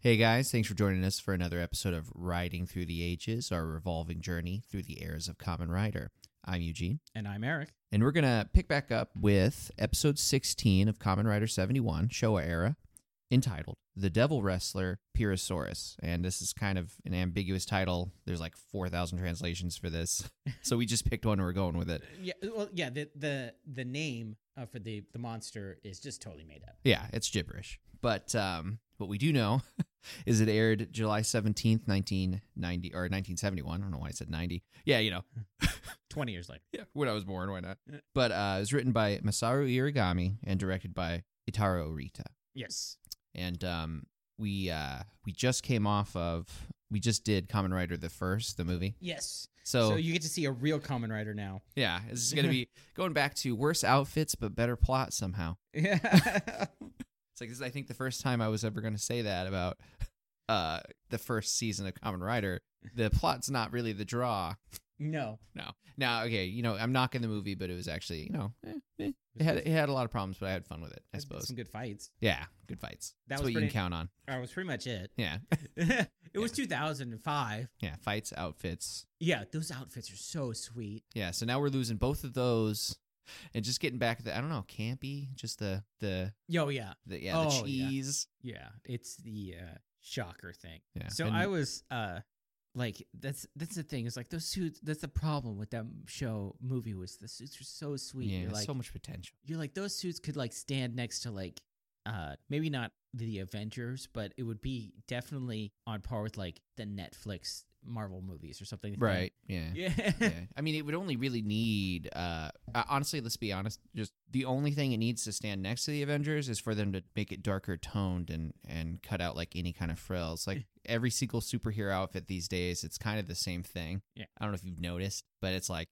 Hey guys, thanks for joining us for another episode of Riding Through the Ages, our revolving journey through the eras of Common Rider. I'm Eugene, And I'm Eric. and we're going to pick back up with episode 16 of Common Rider 71, Showa Era, entitled The Devil Wrestler Pyrosaurus. And this is kind of an ambiguous title. There's like 4,000 translations for this. So we just picked one and we're going with it. Yeah, well, yeah. The the the name uh, for the the monster is just totally made up. Yeah, it's gibberish. But um, what we do know is it aired July 17th, 1990 or 1971. I don't know why I said 90. Yeah, you know, Twenty years later. yeah, when I was born, why not? Yeah. But uh, it was written by Masaru Irigami and directed by Itaro Orita. Yes. And um, we uh, we just came off of we just did Common Rider the first, the movie. Yes. So, So, you get to see a real common writer now. yeah, this is going to be going back to worse outfits but better plot somehow. Yeah. It's like this is, I think, the first time I was ever going to say that about uh, the first season of Common Rider. The plot's not really the draw. no. No. Now, okay, you know, I'm knocking the movie, but it was actually, you know, eh, eh. it had it had a lot of problems, but I had fun with it. I There's suppose. Some good fights. Yeah, good fights. That That's was what you can pretty- count on. That was pretty much it. Yeah, it was 2005. yeah, fights, outfits. Yeah, those outfits are so sweet. Yeah, so now we're losing both of those, and just getting back to the I don't know, campy, just the the Yo, yeah, the yeah the Oh, yeah. cheese. yeah. It's the uh, shocker thing. Yeah. So and- I was uh like that's that's the thing is like those suits that's the problem with that show movie was the suits are so sweet. yeah, You're like so much potential. you're like those suits could like stand next to like uh maybe not the Avengers, but it would be definitely on par with like the Netflix Marvel movies or something. like that. Right. Yeah. Yeah. yeah. I mean, it would only really need, uh, uh, honestly, let's be honest. Just the only thing it needs to stand next to the Avengers is for them to make it darker toned and, and cut out like any kind of frills. Like every single superhero outfit these days, it's kind of the same thing. Yeah. I don't know if you've noticed, but it's like,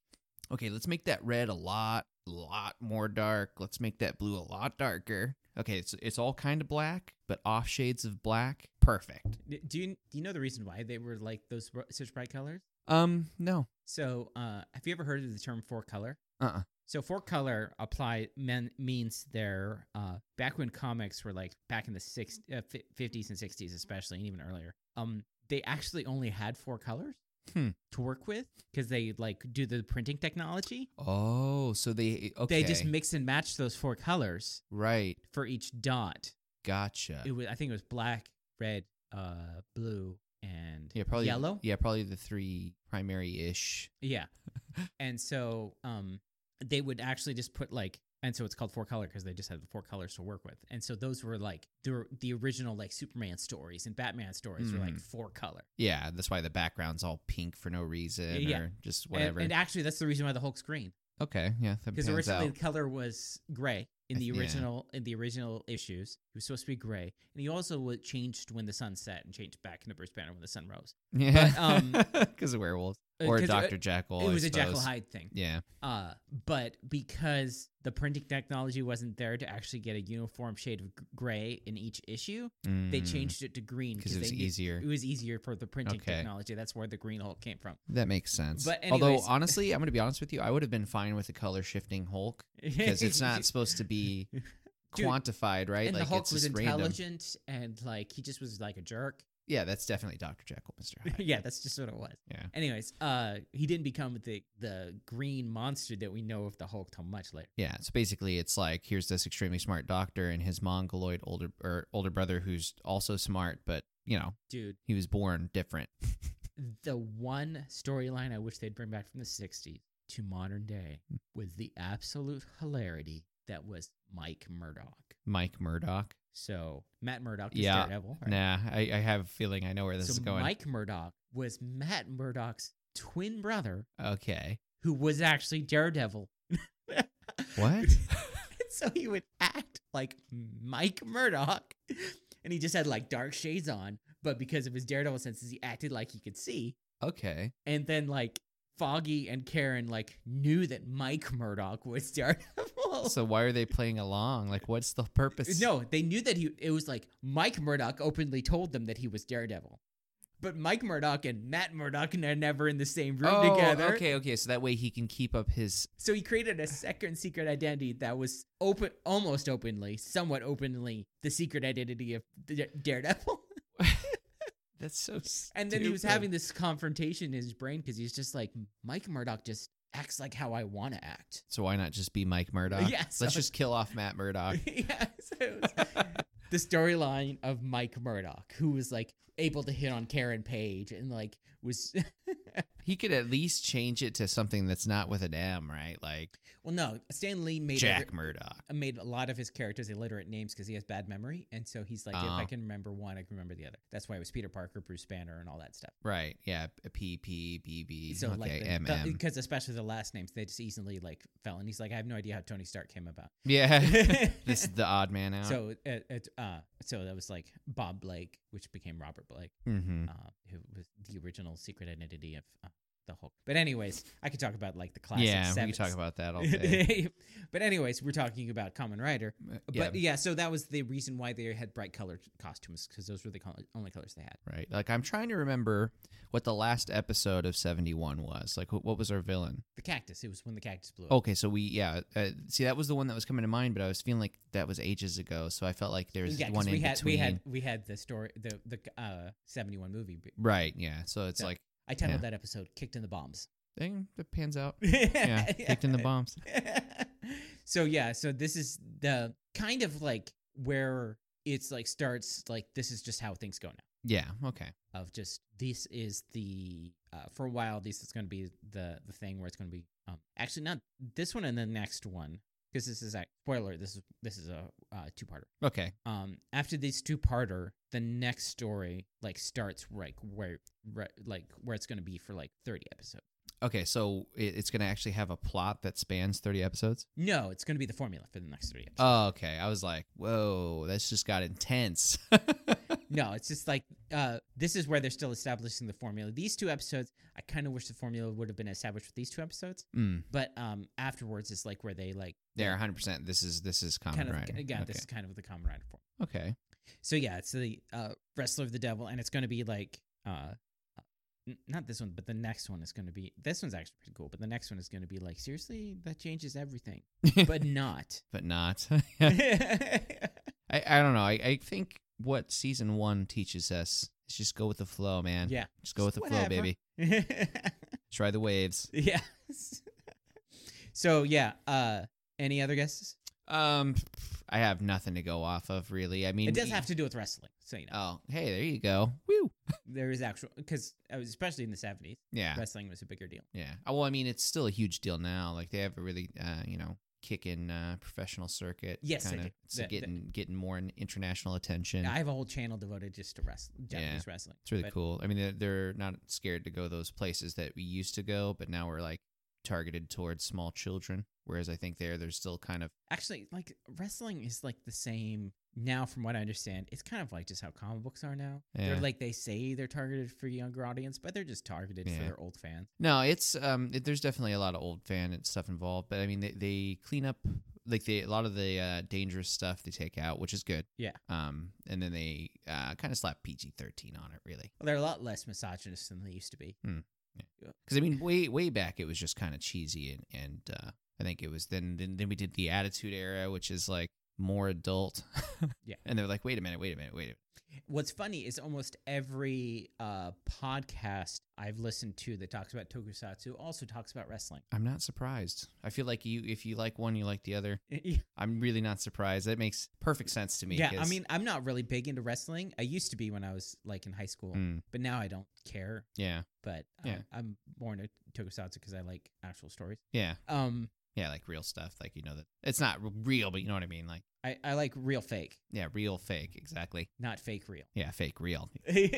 okay, let's make that red a lot, lot more dark. Let's make that blue a lot darker. Okay, it's it's all kind of black, but off shades of black. Perfect. D- Do you do you know the reason why they were like those br- such bright colors? Um, no. So, uh, have you ever heard of the term four color? Uh-uh. So four color apply men, means they're uh, back when comics were like back in the six, uh, fi- 50s and 60s especially and even earlier. Um they actually only had four colors Hmm. to work with cuz they like do the printing technology. Oh, so they okay. They just mix and match those four colors right. for each dot. Gotcha. It was, I think it was black, red, uh blue and Yeah, probably yellow. Yeah, probably the three primary ish. Yeah. and so um they would actually just put like and so it's called four color because they just had the four colors to work with. And so those were like the the original like Superman stories and Batman stories were like Mhm. four color. Yeah, that's why the background's all pink for no reason Yeah. or just And- whatever. And, actually that's the reason why the Hulk's green. okay, yeah, that Because pans originally out. the color was gray in I the th- yeah. original in the original issues. He was supposed to be gray. And he also wa- changed when the sun set and changed back into Bruce Banner when the sun rose. but, um, Yeah, because of werewolves Uh, or 'cause it- Doctor Jackal. It I was a Jekyll suppose. Hyde thing. Yeah, Uh, but because the printing technology wasn't there to actually get a uniform shade of g- gray in each issue, they changed it to green because Mm. it was they knew- easier. It was easier for the printing Okay. technology. That's where the green Hulk came from. That makes sense. But although anyways- honestly, I'm gonna be honest with you, I would have been fine with the color shifting Hulk because it's not supposed to be Dude, quantified, right? and the like Hulk it's was just random. intelligent and like he just was like a jerk. Yeah, that's definitely Doctor Jackal, Mister Hyde. yeah, that's just what it was. yeah. Anyways, uh, he didn't become the the green monster that we know of the Hulk till much later. Yeah, so basically, it's like here's this extremely smart doctor and his mongoloid older or older brother who's also smart, but you know Dude, he was born different. the one storyline I wish they'd bring back from the 60s to modern day Hmm. was the absolute hilarity that was Mike Murdoch. Mike Murdoch. So Matt Murdoch is Yeah. Daredevil. right? Nah, I, I have a feeling I know where this so is going. Mike Murdoch was Matt Murdoch's twin brother okay, who was actually Daredevil. What? so he would act like Mike Murdoch and he just had like dark shades on, but because of his Daredevil senses, he acted like he could see. okay, and then like Foggy and Karen like knew that Mike Murdoch was Daredevil. so why are they playing along? Like, what's the purpose? no, they knew that he. It was like Mike Murdoch openly told them that he was Daredevil, but Mike Murdoch and Matt Murdoch are never in the same room Oh, together. okay, okay. So that way he can keep up his. So he created a second secret identity that was open, almost openly, somewhat openly, the secret identity of D- Daredevil. That's so. Stupid. And then he was having this confrontation in his brain because he's just like, Mike Murdoch just acts like how I want to act. So why not just be Mike Murdoch? Yeah, so- Let's just kill off Matt Murdoch. yeah, so it was the storyline of Mike Murdoch, who was like able to hit on Karen Page and like was he could at least change it to something that's not with an M, right? Like well, no, Stan Lee made Jack every- Murdoch. made a lot of his characters illiterate names because he has bad memory, and so he's like, if I Oh. can remember one, I can remember the other. That's why it was Peter Parker, Bruce Banner, and all that stuff. Right. Yeah. a P P B B. So okay. like, M the- the- M. because especially the last names, they just easily like fell. And he's like, I have no idea how Tony Stark came about. Yeah. this is the odd man out. So it, it, uh, so that was like Bob Blake, which became Robert Blake. hmm uh, who was the original secret identity of uh, the Hulk. But anyways, I could talk about like the classic. yeah, we sevens. could talk about that all day. but anyways, we're talking about Common Rider. But e- yeah, yeah, so that was the reason why they had bright colored costumes because those were the col- only colors they had. right. Like I'm trying to remember what the last episode of 71 was. Like wh- what was our villain? The cactus. It was when the cactus blew. up. Okay, so we yeah, uh, see that was the one that was coming to mind, but I was feeling like that was ages ago, so I felt like there was yeah, 'cause one we in had between. we had we had the story the the uh seventy one movie. but Right, yeah. So it's Yeah. like I titled that episode "Kicked in the Bombs." dang, that pans out. yeah, Yeah, kicked in the bombs. so yeah, so this is the kind of like where it's like starts like this is just how things go now. Yeah, okay. Of just this is the uh, for a while this is going to be the the thing where it's going to be um actually not this one and the next one because this is a spoiler this is this is a uh, two parter. Okay. Um, after this two parter, the next story like starts like where right, like where it's going to be for like thirty episodes. Okay, so it, it's going to actually have a plot that spans 30 episodes? No, it's going to be the formula for the next thirty episodes. Oh, okay. I was like, "Whoa, that's just got intense." No, it's just like uh, this is where they're still establishing the formula. These two episodes, I kind of wish the formula would have been established with these two episodes, mm, but um, afterwards it's like where they like there 100%. This is this is common kind of writing. again okay. this is kind of the common rider form. okay. So yeah, it's the uh, wrestler of the devil, and it's going to be like uh, n- not this one, but the next one is going to be this one's actually pretty cool, but the next one is going to be like seriously that changes everything, but but not. but not. I I don't know. I I think what season 1 teaches us is just go with the flow, man. yeah. Just go with the flow, Whatever. baby. Try the waves. Yeah. so yeah. Uh, any other guesses? Um I have nothing to go off of really. I mean e It does have to do with wrestling, so you know Oh, hey, there you go. Woo. there is actual because especially in the seventies, Oh. Yeah. wrestling was a bigger deal. Yeah. Oh, Well, I mean, it's still a huge deal now. Like they have a really, uh, you know, kick in uh, professional circuit. Yes, they kinda. do. It's The- the- getting getting more in- international attention. I have a whole channel devoted just to wrestling, Yeah. Japanese wrestling. it's really but- cool. I mean, they're, they're not scared to go those places that we used to go, but now we're like targeted towards small children. Whereas I think there, there's still kind of Actually, like wrestling is like the same now. From what I understand, it's kind of like just how comic books are now. Yeah. They're like they say they're targeted for younger audience, but they're just targeted for Yeah. their old fans. no. It's um, it, there's definitely a lot of old fan and stuff involved, but I mean, they, they clean up like they a lot of the uh, dangerous stuff they take out, which is good. Yeah. Um, and then they uh, kind of slap PG-13 on it, really. Well, they're a lot less misogynist than they used to be. Hmm. Uh, Because I mean, way way back, it was just kind of cheesy, and and uh, I think it was then, then then we did the Attitude Era, which is like more adult. Yeah. and they're like, wait a minute, wait a minute, wait a minute. What's funny is almost every uh, podcast I've listened to that talks about tokusatsu also talks about wrestling. I'm not surprised. I feel like you, if you like one, you like the other. I'm really not surprised. That makes perfect sense to me. Yeah, I 'cause- mean, I'm not really big into wrestling. I used to be when I was like in high school, Mm, but now I don't care. yeah, But uh, Yeah. I'm more into tokusatsu because I like actual stories. yeah, Um, yeah, like real stuff. Like you know that it's not r- real, but you know what I mean. Like I, I like real fake, yeah, real fake, exactly. not fake real. Yeah, fake real.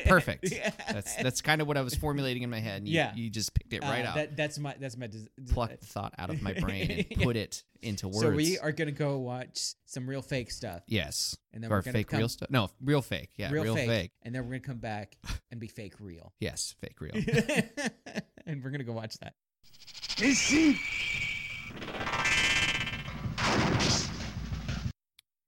Perfect. That's that's kind of what I was formulating in my head. And you, Yeah. you just picked it right uh, up. That, that's my that's my des- pluck the thought out of my brain and Yeah. put it into words. So we are gonna go watch some real fake stuff, yes, and then or we're gonna fake come real stuff. No, real fake. Yeah, real, fake. and then we're gonna come back and be fake real, Yes, fake real. and we're gonna go watch that.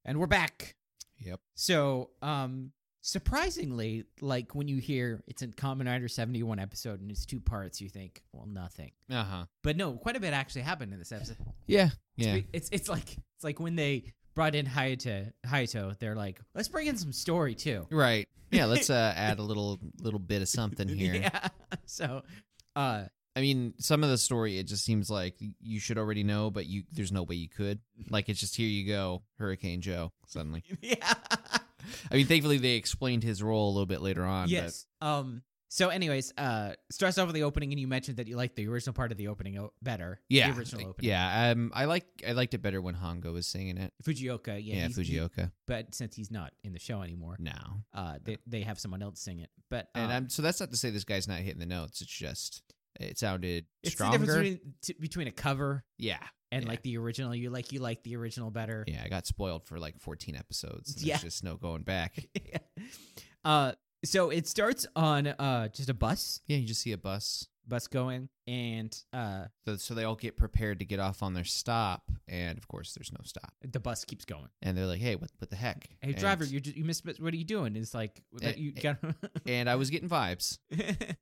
And we're back. yep. So, um, surprisingly, like when you hear it's a Common Rider 71 episode and it's two parts, you think, well, nothing. Uh huh. But no, quite a bit actually happened in this episode. Yeah. Yeah. It's it's like it's like when they br- brought in Hayato. Hayato, they're like, let's bring in some story too. Right. Yeah, let's uh, add a little little bit of something here. Yeah. So, uh, I mean, some of the story it just seems like you should already know, but you there's no way you could. Mm-hmm. Like it's just here you go, Hurricane Joe suddenly. yeah. I mean, thankfully they explained his role a little bit later on. but- yes. Um. So, anyways, uh, starts off with the opening, and you mentioned that you liked the original part of the opening o- better. yeah. The original opening. Yeah. Um I like I liked it better when Hongo was singing it. Fujioka. Yeah. Yeah, he's- he- Fujioka. but since he's not in the show anymore, No. uh, they they have someone else sing it. But um, And I'm so that's not to say this guy's not hitting the notes. It's just it sounded it's the stronger. difference between, t- between a cover yeah. and Yeah. like the original. You like you like the original better. Yeah, I got spoiled for like 14 episodes. and Yeah. There's just no going back. uh, so it starts on uh just a bus Yeah, you just see a bus. bus going, and uh So, so they all get prepared to get off on their stop, and of course, there's no stop. the bus keeps going. And they're like, "Hey, what, what the heck?" Hey and, driver, you just, you missed. What are you doing? It's like that Eh, you eh, got. and I was getting vibes.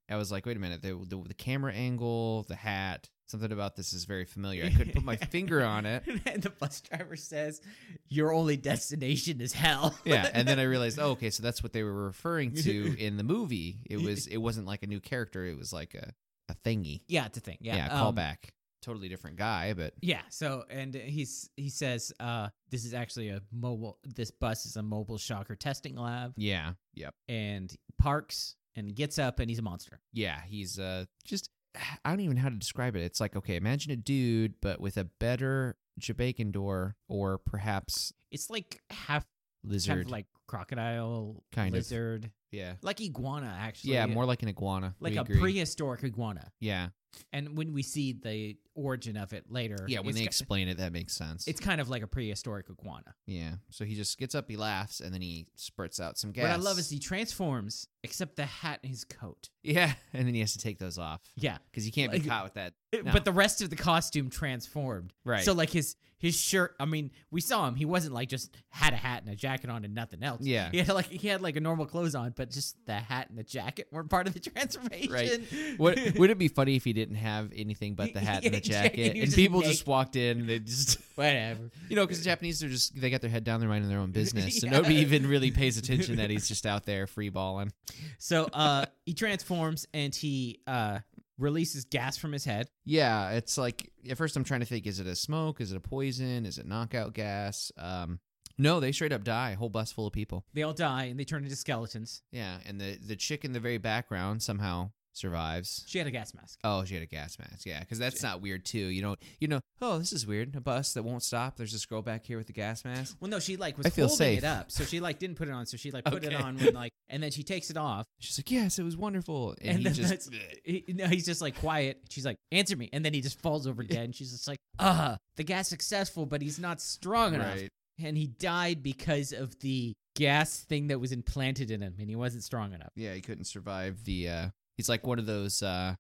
I was like, "Wait a minute, the, the the camera angle, the hat, something about this is very familiar." I couldn't put my finger on it. and the bus driver says, "Your only destination is hell." Yeah, and then I realized, oh, okay, so that's what they were referring to in the movie. It was it wasn't like a new character; it was like a a thingy. yeah, it's a thing. Yeah, Yeah, a um, callback. Totally different guy, but Yeah. So, and he's he says, uh, "This is actually a mobile. This bus is a mobile shocker testing lab." yeah, yep. And parks and gets up and he's a monster. yeah, he's uh just I don't even know how to describe it. It's like okay, imagine a dude but with a better Jamaican door or perhaps It's like half kind lizard. of like crocodile, Kind of. lizard, yeah. like iguana actually. Yeah, more like an iguana. like we a agree. prehistoric iguana. Yeah. And And when we see the origin of it later, yeah, when it's they ki- explain it that makes sense. it's kind of like a prehistoric iguana. yeah. So he just gets up, he laughs and then he spurts out some gas. What I love is he transforms, except the hat and his coat. Yeah, and then he has to take those off Yeah, cuz you can't Like- be caught with that. No. but the rest of the costume transformed. Right. So like his his shirt. I mean, we saw him. He wasn't like just had a hat and a jacket on and nothing else. Yeah. He had like he had like a normal clothes on, but just the hat and the jacket were part of the transformation. Would, would it be funny if he didn't have anything but the hat and the Yeah, he jacket, was and just people naked. just walked in? And they just Whatever. You know, because the Japanese are just they got their head down, they're minding their own business, so Yeah. nobody even really pays attention that he's just out there free balling. So uh, he transforms and he uh releases gas from his head. Yeah, it's like at first I'm trying to think: is it a smoke? Is it a poison? Is it knockout gas? Um, no, they straight up die. A whole bus full of people. They all die and they turn into skeletons. Yeah, and the the chick in the very background somehow survives. She had a gas mask. Oh, she had a gas mask. Yeah, because that's not weird too. You know, you know. Oh, this is weird. A bus that won't stop. There's this girl back here with the gas mask. Well, no, she like was I feel holding safe. it up, so she like didn't put it on. So she like put Okay. it on when like, and then she takes it off, She's like, yes, it was wonderful. And, And he then just, He, no, he's just like quiet. She's like, answer me. And then he just falls over dead. And she's just like, uh, the guy's successful, but he's not strong enough. right. And he died because of the gas thing that was implanted in him and he wasn't strong enough. Yeah, he couldn't survive the. uh He's like one of those. uh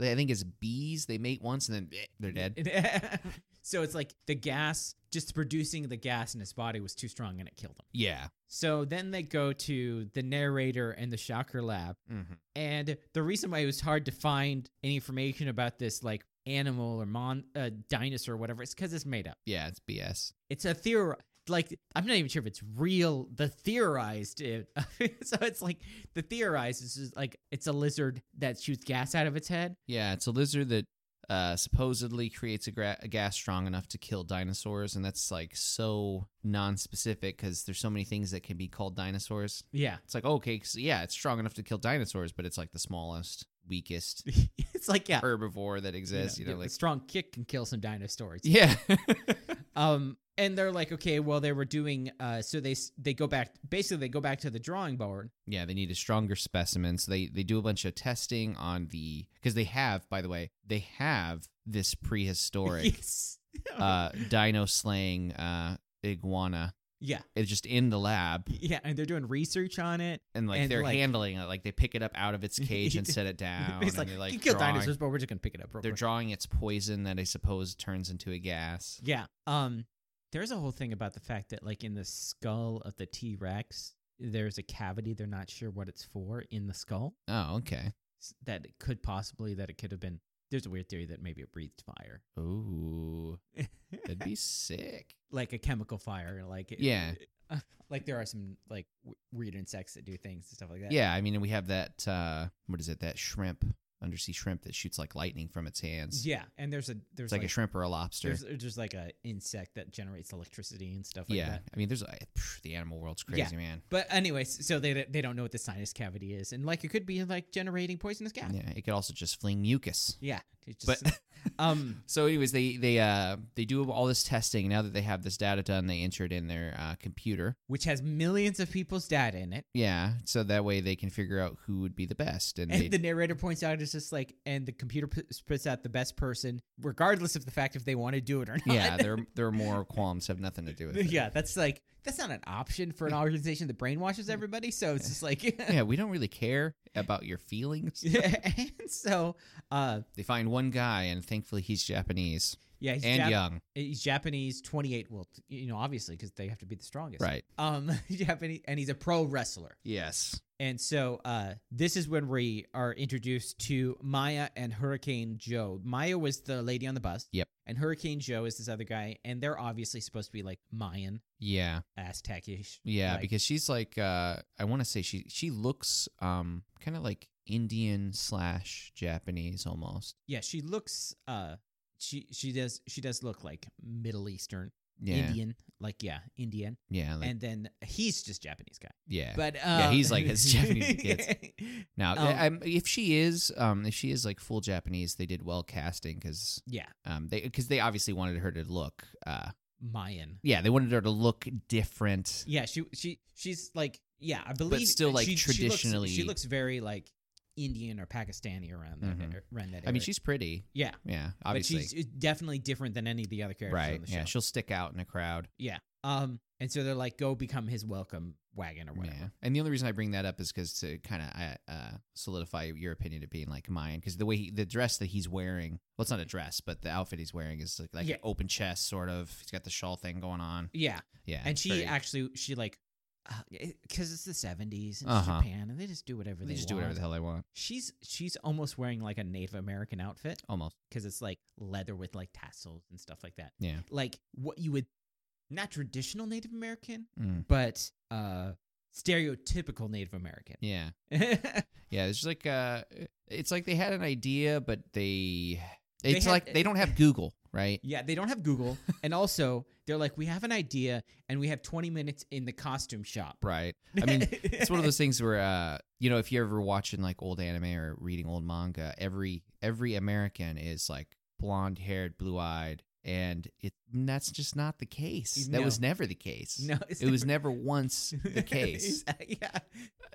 they- I think it's bees. They mate once and then eh, they're dead. so it's like the gas, just producing the gas in his body was too strong and it killed him. Yeah. So then they go to the narrator and the shocker lab. Mm-hmm. And the reason why it was hard to find any information about this, like, animal or mon uh, dinosaur or whatever is because it's made up Yeah, it's BS. it's a theor like I'm not even sure if it's real. The theorized, it. so it's like the theorized is just like it's a lizard that shoots gas out of its head. Yeah, it's a lizard that uh supposedly creates a, gra- a gas strong enough to kill dinosaurs, and that's like so non-specific because there's so many things that can be called dinosaurs. Yeah, It's like oh, okay, 'cause, yeah, it's strong enough to kill dinosaurs, but it's like the smallest, weakest it's like yeah, herbivore that exists. You know, a like strong kick can kill some dinosaurs. yeah, Um, and they're like, okay, well they were doing. Uh, so they s- they go back. Basically, they go back to the drawing board. Yeah, they need a stronger specimen. So they they do a bunch of testing on the because they have, by the way, they have this prehistoric Yes. uh, dino slaying uh, iguana. yeah, It's just in the lab, yeah, and they're doing research on it. and like And, they're like- handling it, like they pick it up out of its cage and set it down. it's and like, they're, like you can kill drawing- dinosaurs, but we're just gonna pick it up. Real They're quick. drawing its poison that I suppose turns into a gas. Yeah. Um there's a whole thing about the fact that like in the skull of the T-Rex there's a cavity they're not sure what it's for in the skull Oh, okay. s- that it could possibly that it could have been There's a weird theory that maybe it breathed fire, Ooh, that'd be sick. like a chemical fire, like it- uh, Yeah. like there are some like w- weird insects that do things and stuff like that. Yeah, I mean, and we have that. Uh, what is it? That shrimp, undersea shrimp that shoots like lightning from its hands. yeah, and there's a there's it's like, a shrimp or a lobster. there's, there's just like a insect that generates electricity and stuff like yeah, that. I mean, there's a, phew, the animal world's Yeah. crazy, man. But anyways, so they they don't know what the sinus cavity is, and like it could be like generating poisonous gas. Yeah, it could also just fling mucus. Yeah, it's But- just, um, So, anyways, they they uh they do all this testing. Now that they have this data done, they enter it in their uh, computer. which has millions of people's data in it. Yeah, so that way they can figure out who would be the best. And, they, And the narrator points out it's just like, and the computer p- spits out the best person, regardless of the fact if they want to do it or not. yeah, their their moral qualms have nothing to do with it. yeah, that's like that's not an option for an organization that brainwashes everybody. So it's just like, yeah, we don't really care about your feelings. and so, uh, They find one guy, and thankfully he's Japanese yeah, he's, and Jap- young, he's Japanese, twenty eight. Well, t- you know, obviously because they have to be the strongest, right? Um, Japanese, and he's a pro wrestler. Yes. And so uh, this is when we are introduced to Maya and Hurricane Joe. Maya was the lady on the bus. Yep. And Hurricane Joe is this other guy, and they're obviously supposed to be like Mayan, Yeah, Aztecish. yeah, like- because she's like, uh, I want to say she she looks um kind of like Indian slash Japanese almost. Yeah, she looks. Uh, she she does she does look like Middle Eastern, Yeah, Indian, like yeah, Indian. yeah, like, and then he's just Japanese guy, yeah. but uh, he's like as Japanese as it now, um, I- I'm- if she is, um, if she is like full Japanese, they did well casting because, yeah, um, they because they obviously wanted her to look, uh, Mayan. yeah, they wanted her to look different. Yeah, she she she's like yeah, I believe, still, like, she- she looks- traditionally- she looks, very like Indian or Pakistani around that Mhm. around that. I mean, area. she's pretty, yeah, yeah, obviously, but she's definitely different than any of the other characters right? on the show. Yeah, she'll stick out in a crowd. um, and so they're like, go become his welcome wagon or whatever. Yeah. And the only reason I bring that up is because to kind of uh, solidify your opinion of being like mine, because the way he, the dress that he's wearing, well, it's not a dress, but the outfit he's wearing is like, like Yeah. open chest, sort of. He's got the shawl thing going on. Yeah, Yeah. and it's she very- actually she like. Because it's the '70s and it's Uh-huh. Japan, and they just do whatever they, they, just do whatever want. the hell they want. She's she's almost wearing like a Native American outfit Almost. because it's like leather with like tassels and stuff like that. Yeah. like what you would not traditional Native American, Mm. but uh stereotypical Native American. Yeah. Yeah. It's just like, uh, it's like they had an idea, but they, They it's had- like they don't have Google, right? yeah, they don't have Google, and also they're like, we have an idea, and we have 20 minutes in the costume shop. Right. I mean, it's one of those things where uh you know if you're ever watching like old anime or reading old manga every every american is like blonde haired blue eyed and it and that's just not the case that No. was never the case No, it's it was never once the case yeah,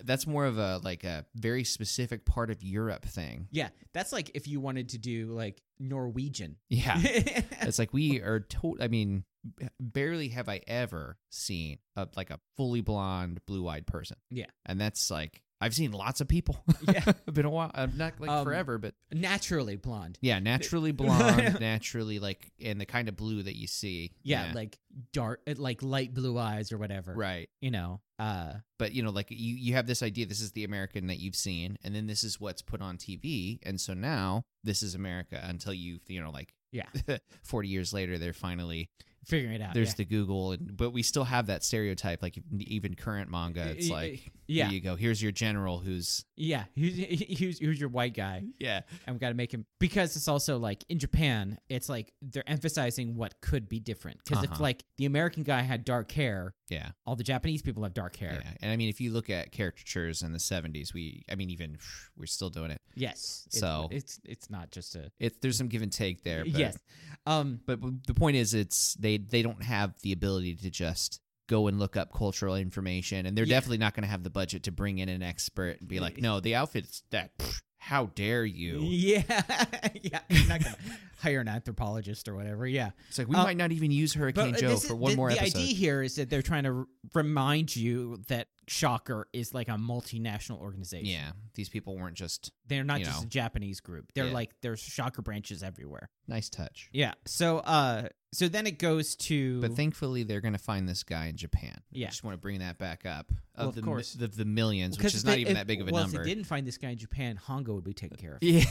that's more of a like a very specific part of europe thing yeah. That's like if you wanted to do like Norwegian. yeah it's like we are to i mean b- barely have i ever seen a, like a fully blonde blue-eyed person Yeah. and that's like i've seen lots of people Yeah. been a while i'm not like Um, forever but Naturally blonde. yeah naturally blonde naturally like and the kind of blue that you see Yeah, like dark, uh, like light blue eyes or whatever. right You know. Uh. but you know like you you have this idea this is the american that you've seen and then this is what's put on tv and so now this is america until you you know like Yeah. 40 years later they're finally Figuring it out. there's Uh, yeah. the Google, and but we still have that stereotype. Like even current manga, it's Y- like yeah, here you go. Here's your general who's Yeah, who's, who's, who's your white guy? yeah And we got to make him because it's also like in Japan, it's like they're emphasizing what could be different. Because if Uh-huh. like the American guy had dark hair, yeah all the Japanese people have dark hair. yeah. And I mean, if you look at caricatures in the '70s, we I mean even we're still doing it. Yes, it's, So- it's it's not just a It's there's some give and take there. But, yes. Um, but the point is, it's they they don't have the ability to just go and look up cultural information, and they're Yeah. definitely not going to have the budget to bring in an expert and be like, no, the outfit's that. pfft, how dare you? yeah, yeah, you're not gonna hire an anthropologist or whatever. Yeah, It's like we Uh, might not even use Hurricane uh, Joe this is- for one the, more the episode. idea here is that they're trying to r- remind you that Shocker is like a multinational organization. Yeah, these people weren't just They're not you just know. a Japanese group. They're Yeah. like there's Shocker branches everywhere. nice touch. Yeah. So uh so then it goes to But thankfully, they're going to find this guy in Japan. Yeah. I just want to bring that back up. Well, of the, mi- course. of the millions, which Because is if not they- even if- that big of a well, number. If they didn't find this guy in Japan, Hongo would be taken care of. Yeah,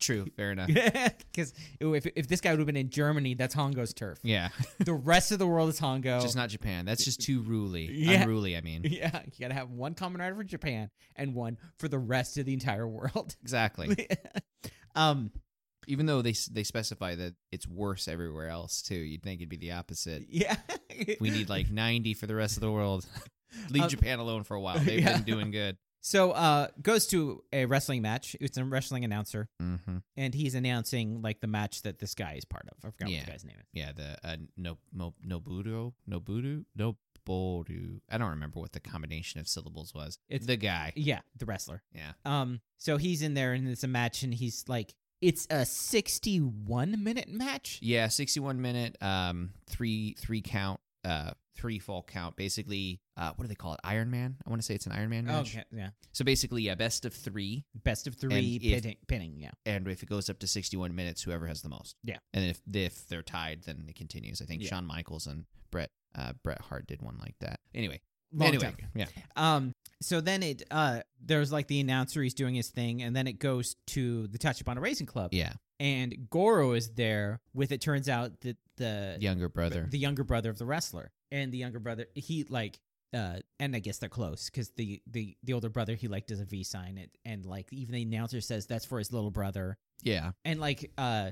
true. Fair enough. Because if, if this guy would have been in Germany, that's Hongo's turf. Yeah, The rest of the world is Hongo. just not Japan. That's just too ruly. Yeah. Unruly, I mean. yeah, you gotta have one common rider for Japan and one for the rest of the entire world. Exactly. um, Even though they s- they specify that it's worse everywhere else too, you'd think it'd be the opposite. yeah, We need like 90 for the rest of the world. Leave Um, Japan alone for a while. They've yeah. been doing good. So, uh, goes to a wrestling match. It's a wrestling announcer, Mm-hmm. and he's announcing like the match that this guy is part of. I forgot Yeah. what the guy's name is. Yeah, the uh, no mo, Nobudo Nobudo Noboru. I don't remember what the combination of syllables was. It's- the guy. Yeah, the wrestler. Yeah. Um, so he's in there, and it's a match, and he's like, it's a sixty-one minute match. Yeah, 61 minute, um, three three count, uh, three fall count. Basically, uh, what do they call it? Iron Man. I want to say it's an Iron Man match. Okay, yeah. So basically, yeah, best of three, Best of three if- pinning, pinning, yeah. and if it goes up to 61 minutes, whoever has the most. Yeah. And if if they're tied, then it continues. I think Yeah. Shawn Michaels and Bret uh, Bret Hart did one like that. Anyway, Long anyway, time. yeah, Um, so then it uh, there's like the announcer, he's doing his thing, and then it goes to the Tachibana Racing Club, yeah, and Goro is there with it turns out that the younger brother. the younger brother of the wrestler, and the younger brother he like. Uh, and I guess they're close because the, the the older brother he like does a V sign it and like even the announcer says that's for his little brother yeah, and like uh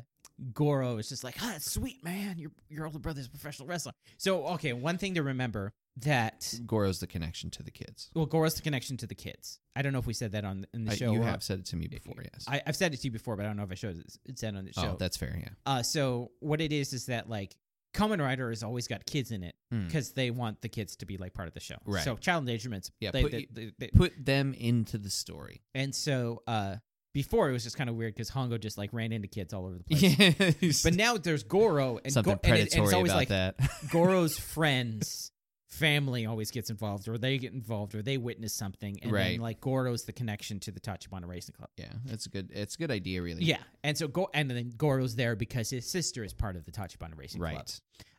Goro is just like, ah, that's sweet man, your your older brother's a professional wrestler. So okay, one thing to remember that Goro's the connection to the kids. well, Goro's the connection to the kids. I don't know if we said that on in the Uh, show. you or- have said it to me before. Yes. I, I've said it to you before, but I don't know if I showed it, it said on the oh, show. that's fair. Yeah. uh, so what it is is that like Kamen Rider has always got kids in it Mm. because they want the kids to be like part of the show. Right. So child endangerment's Yeah, They, put they- you- they- they- Put them into the story. and so uh, before it was just kind of weird because Hongo just like ran into kids all over the place. Yes. But now there's Goro and, something Go- and, it- predatory and it's always about like that. Goro's friends, family always gets involved, or they get involved, or they witness something, and then Right. like Goro's the connection to the Tachibana Racing Club. yeah, that's a good. It's a good idea, really. Yeah, and so go and then Goro's there because his sister is part of the Tachibana Racing Right. Club.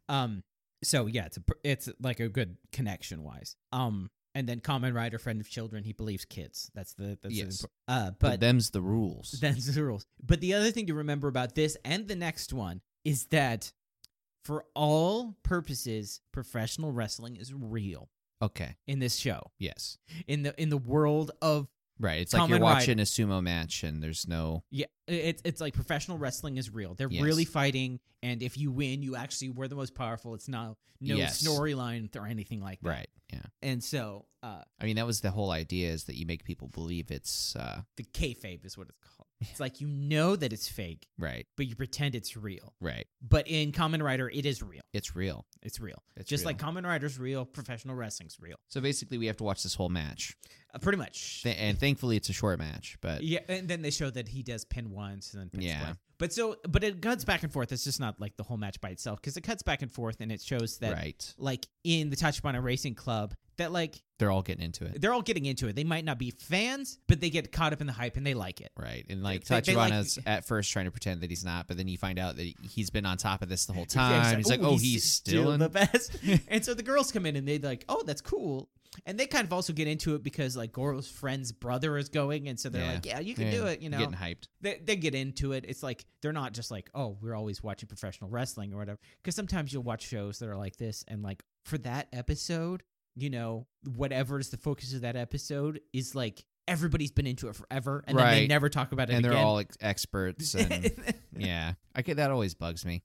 Um. So yeah, it's a pr- it's like a good connection wise. Um. And then Common Rider, friend of children, he believes kids. That's the that's Yes. the, impor- uh. But, But them's the rules. that's the rules. But the other thing to remember about this and the next one is that for all purposes, professional wrestling is real okay. in this show. Yes. In the in the world of Right. It's Kamen like you're Rider. watching a sumo match and there's no. yeah, it's it's like professional wrestling is real. They're Yes. really fighting, and if you win, you actually were the most powerful. It's not no Yes. storyline or anything like that. Right. Yeah. And so uh, I mean, that was the whole idea is that you make people believe it's uh, the kayfabe is what it's called. It's like you know that it's fake, right. but you pretend it's real. Right. But in Common Rider, it is real. It's real. It's real. It's Just real. like Common Rider's real, professional wrestling's real. So basically, we have to watch this whole match, Uh, pretty much. Th- and thankfully, it's a short match. But yeah, and then they show that he does pin once and then pins Yeah. twice. But so, but it cuts back and forth. It's just not like the whole match by itself because it cuts back and forth and it shows that, right, like, in the Tachibana Racing Club, that, like, they're all getting into it. they're all getting into it. They might not be fans, but they get caught up in the hype and they like it. Right. And like They- they like- Tachibana's at first trying to pretend that he's not, but then you find out that he's been on top of this the whole Yeah, time. he's like, "Ooh, oh, he's, still in. the best. and so the girls come in and they like, oh, that's cool. And they kind of also get into it because like Goro's friend's brother is going, and so they're Yeah. like, yeah, you can Yeah, do it, you know. Getting hyped. they, they get into it. It's like they're not just like, oh, we're always watching professional wrestling or whatever. Because sometimes you'll watch shows that are like this, and like for that episode, you know, whatever is the focus of that episode is like everybody's been into it forever, and then they Right. never talk about it And they're again. all ex- experts. And yeah. I get that always bugs me.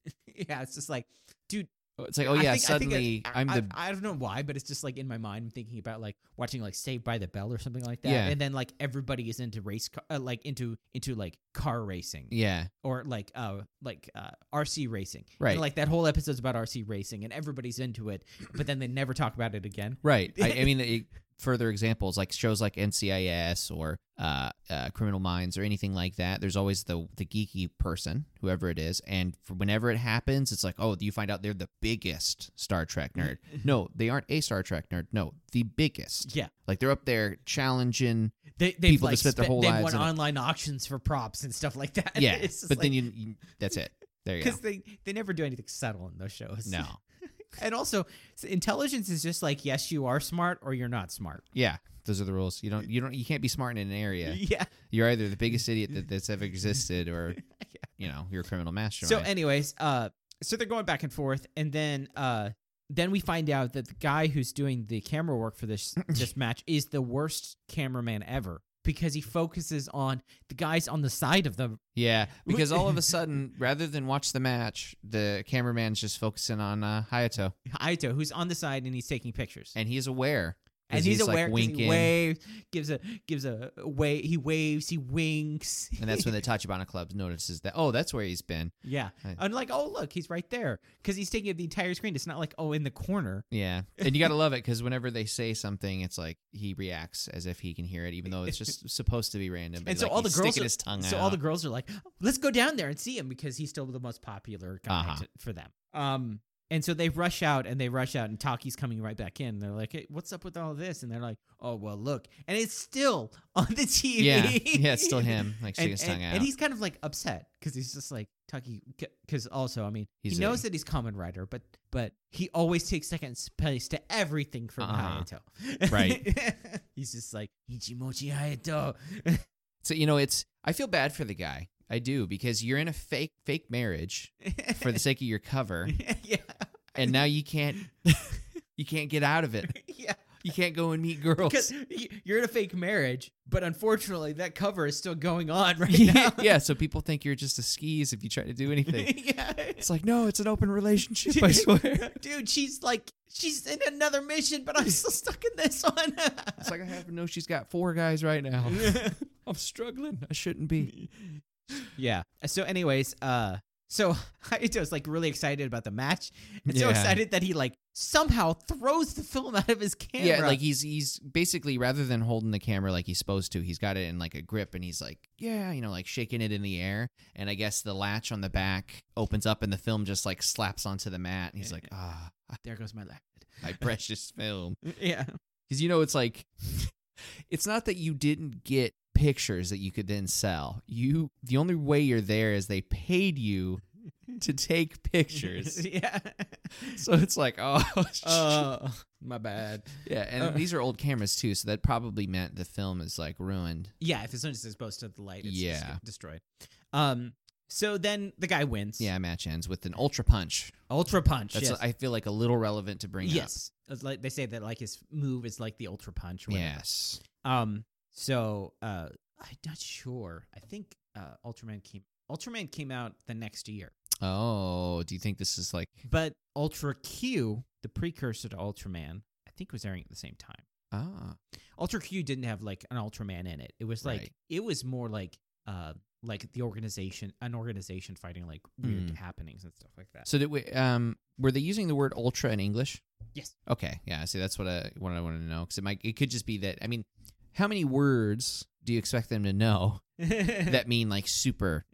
yeah, it's just like, dude. It's like, oh, I yeah, think- I think suddenly I, I, am I- the. I, don't know why, but it's just like in my mind, I'm thinking about like watching like Saved by the Bell or something like that, Yeah. and then like everybody is into race, car, uh, like into into like car racing, yeah. or like uh like uh RC racing. And, Right. like that whole episode's about RC racing and everybody's into it, but then they never talk about it again. Right. I, I mean, it, further examples, like shows like NCIS or uh, uh, Criminal Minds or anything like that, there's always the the geeky person, whoever it is, and for whenever it happens, it's like, oh, you find out they're the biggest Star Trek nerd. no, they aren't a Star Trek nerd. No, the biggest. Yeah, Like they're up there challenging. they they've People that like spent their spe- whole they've lives won in it. online auctions for props and stuff like that. Yeah, It's just but then like- you, you. That's it. There you go. because they they never do anything subtle in those shows. No. and also s- intelligence is just like yes, you are smart or you're not smart. Yeah, those are the rules. You don't. You don't. You can't be smart in an area. yeah. You're either the biggest idiot that, that's ever existed, or you know, you're a criminal mastermind. So, anyways, uh, so they're going back and forth, and then uh, then we find out that the guy who's doing the camera work for this this match is the worst cameraman ever because he focuses on the guys on the side of the yeah, because all of a sudden, rather than watch the match, the cameraman's just focusing on uh, Hayato, Aito who's on the side and he's taking pictures, and he's aware. 'cause and he's, aware. like 'cause winking, He waves, gives a gives a wave. He waves. He winks. and that's when the Tachibana Club notices that. Oh, that's where he's been. yeah. Right. And like, oh look, he's right there because he's taking up the entire screen. It's not like oh in the corner. Yeah, and you gotta love it because whenever they say something, it's like he reacts as if he can hear it, even though it's just supposed to be random. but, And so like, all the he's girls sticking are- his tongue So out. all the girls are like, let's go down there and see him because he's still the most popular guy Uh-huh. to- for them. Um, and so they rush out and they rush out and Taki's coming right back in. They're like, hey, what's up with all this? And they're like, oh, well, look. And it's still on the TV. yeah, yeah, it's still him, like sticking And, his and, tongue out. and he's kind of like upset because he's just like Taki. Because also, I mean, He's he knows that he's common writer, but but he always takes second place to everything from Uh-huh. Hayato. Right. he's just like Ichimochi Hayato. So you know, it's I feel bad for the guy. I do because you're in a fake fake marriage for the sake of your cover, yeah, and now you can't you can't get out of it. yeah. You can't go and meet girls. Because you're in a fake marriage, but unfortunately, that cover is still going on right yeah, now. yeah, so people think you're just a skis if you try to do anything. yeah. It's like no, it's an open relationship. I swear. Dude, she's like, she's in another mission, but I'm still stuck in this one. It's like oh, I have no. She's got four guys right now. I'm struggling. I shouldn't be. yeah. So, anyways, uh, so Hayato's like really excited about the match, and so Yeah. excited that he like somehow throws the film out of his camera. Yeah, like he's he's basically rather than holding the camera like he's supposed to, he's got it in like a grip and he's like, yeah, you know, like shaking it in the air. And I guess the latch on the back opens up and the film just like slaps onto the mat. And he's like, ah, there goes my left. my precious film. Yeah. Because you know, it's like, it's not that you didn't get pictures that you could then sell. You the only way you're there is they paid you to take pictures. yeah. so it's like, oh, Uh, my bad. yeah. And uh. these are old cameras too, so that probably meant the film is like ruined. Yeah, if as soon as it's exposed to the light, it's just Yeah. get destroyed. Um, so then the guy wins. Yeah, match ends with an ultra punch. ultra punch. That's yes, I feel like a little relevant to bring yes. It's like they say that like his move is like the ultra punch. up. Or whatever. Yes. Um. So uh, I'm not sure. I think uh, Ultraman came. Ultraman came out the next year, Oh, do you think this is like but Ultra Q, the precursor to Ultraman, I think was airing at the same time. ah? Ultra Q didn't have like an Ultraman in it. It was like Right. it was more like uh like the organization an organization fighting like weird Mm. happenings and stuff like that. So did we? Um, were they using the word ultra in English? Yes. Okay. Yeah. See, that's what I what I wanted to know because it might it could just be that. I mean, how many words do you expect them to know that mean like super?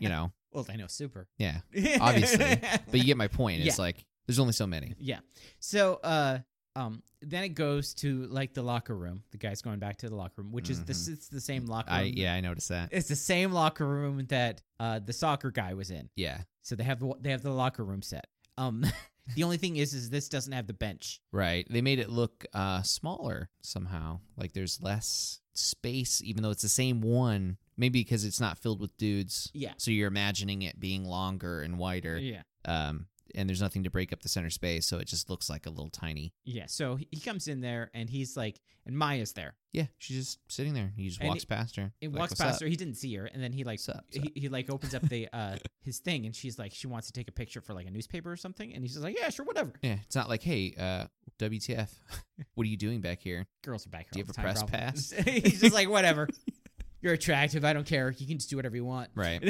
You know. well, I know super. Yeah. Obviously, But you get my point. It's Yeah. like there's only so many. yeah. So uh um then it goes to like the locker room. The guy's going back to the locker room, which is this it's the same locker room. Mm-hmm. I yeah I noticed that. It's the same locker room that uh the soccer guy was in. Yeah. So they have the they have the locker room set. Um the only thing is is this doesn't have the bench. Right. They made it look uh, smaller somehow. Like there's less space, even though it's the same one. Maybe because it's not filled with dudes. Yeah. So you're imagining it being longer and wider. Yeah. Um, and there's nothing to break up the center space. So it just looks like a little tiny. Yeah, so he he comes in there and he's like, and Maya's there. Yeah. She's just sitting there. He just And walks it- past her. It Like, walks "What's past up?" her. He didn't see her, and then he like What's up? What's he, he like opens up the uh his thing, and she's like, she wants to take a picture for like a newspaper or something, and he's just like, yeah, sure, whatever. Yeah. It's not like, hey, uh, WTF, what are you doing back here? Girls are back Do here. you all have a the time, press probably. he's just like, whatever. You're attractive. I don't care. You can just do whatever you want. Right.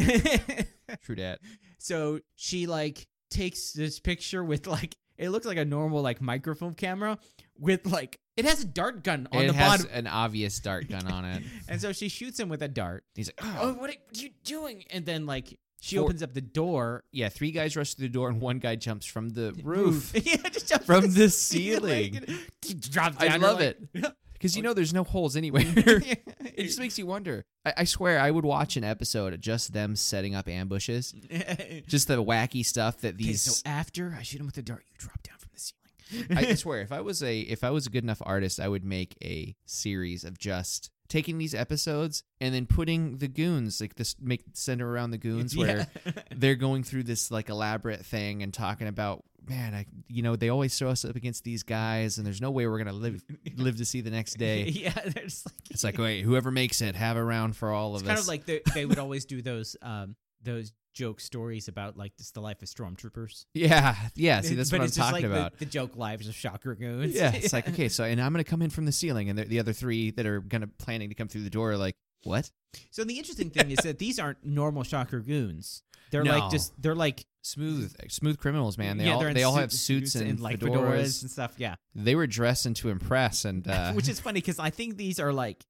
True dat. so she like takes this picture with like it looks like a normal like microfilm camera with like it has a dart gun on it the has bottom, an obvious dart gun on it. and so she shoots him with a dart. He's like, oh. Oh, what are you doing? And then like she Four- opens up the door yeah. Three guys rush through the door, and one guy jumps from the roof yeah, just jump from the ceiling. ceiling and Drop I down. love it. because you know there's no holes anywhere. It just makes you wonder. I, I swear, I would watch an episode of just them setting up ambushes, just the wacky stuff that these. so after I shoot him with the dart, you drop down from the ceiling. I swear, if I was a if I was a good enough artist, I would make a series of just taking these episodes and then putting the goons like this make center around the goons where they're going through this like elaborate thing and talking about man I you know they always throw us up against these guys and there's no way we're gonna live live to see the next day yeah, they're just like it's like wait whoever makes it have a round for all it's of kind us of like they, they would always do those um those joke stories about like just the life of stormtroopers. yeah yeah see that's but what I'm it's just talking like about The, the joke lives of shock goons. yeah it's like okay so and I'm gonna come in from the ceiling and the, the other three that are gonna planning to come through the door are like what So the interesting thing is that these aren't normal shock goons. They're No. like just they're like smooth smooth criminals man they yeah, all they're in they all suit- have suits and, like fedoras. and stuff. Yeah, they were dressing to impress and uh, which is funny because I think these are like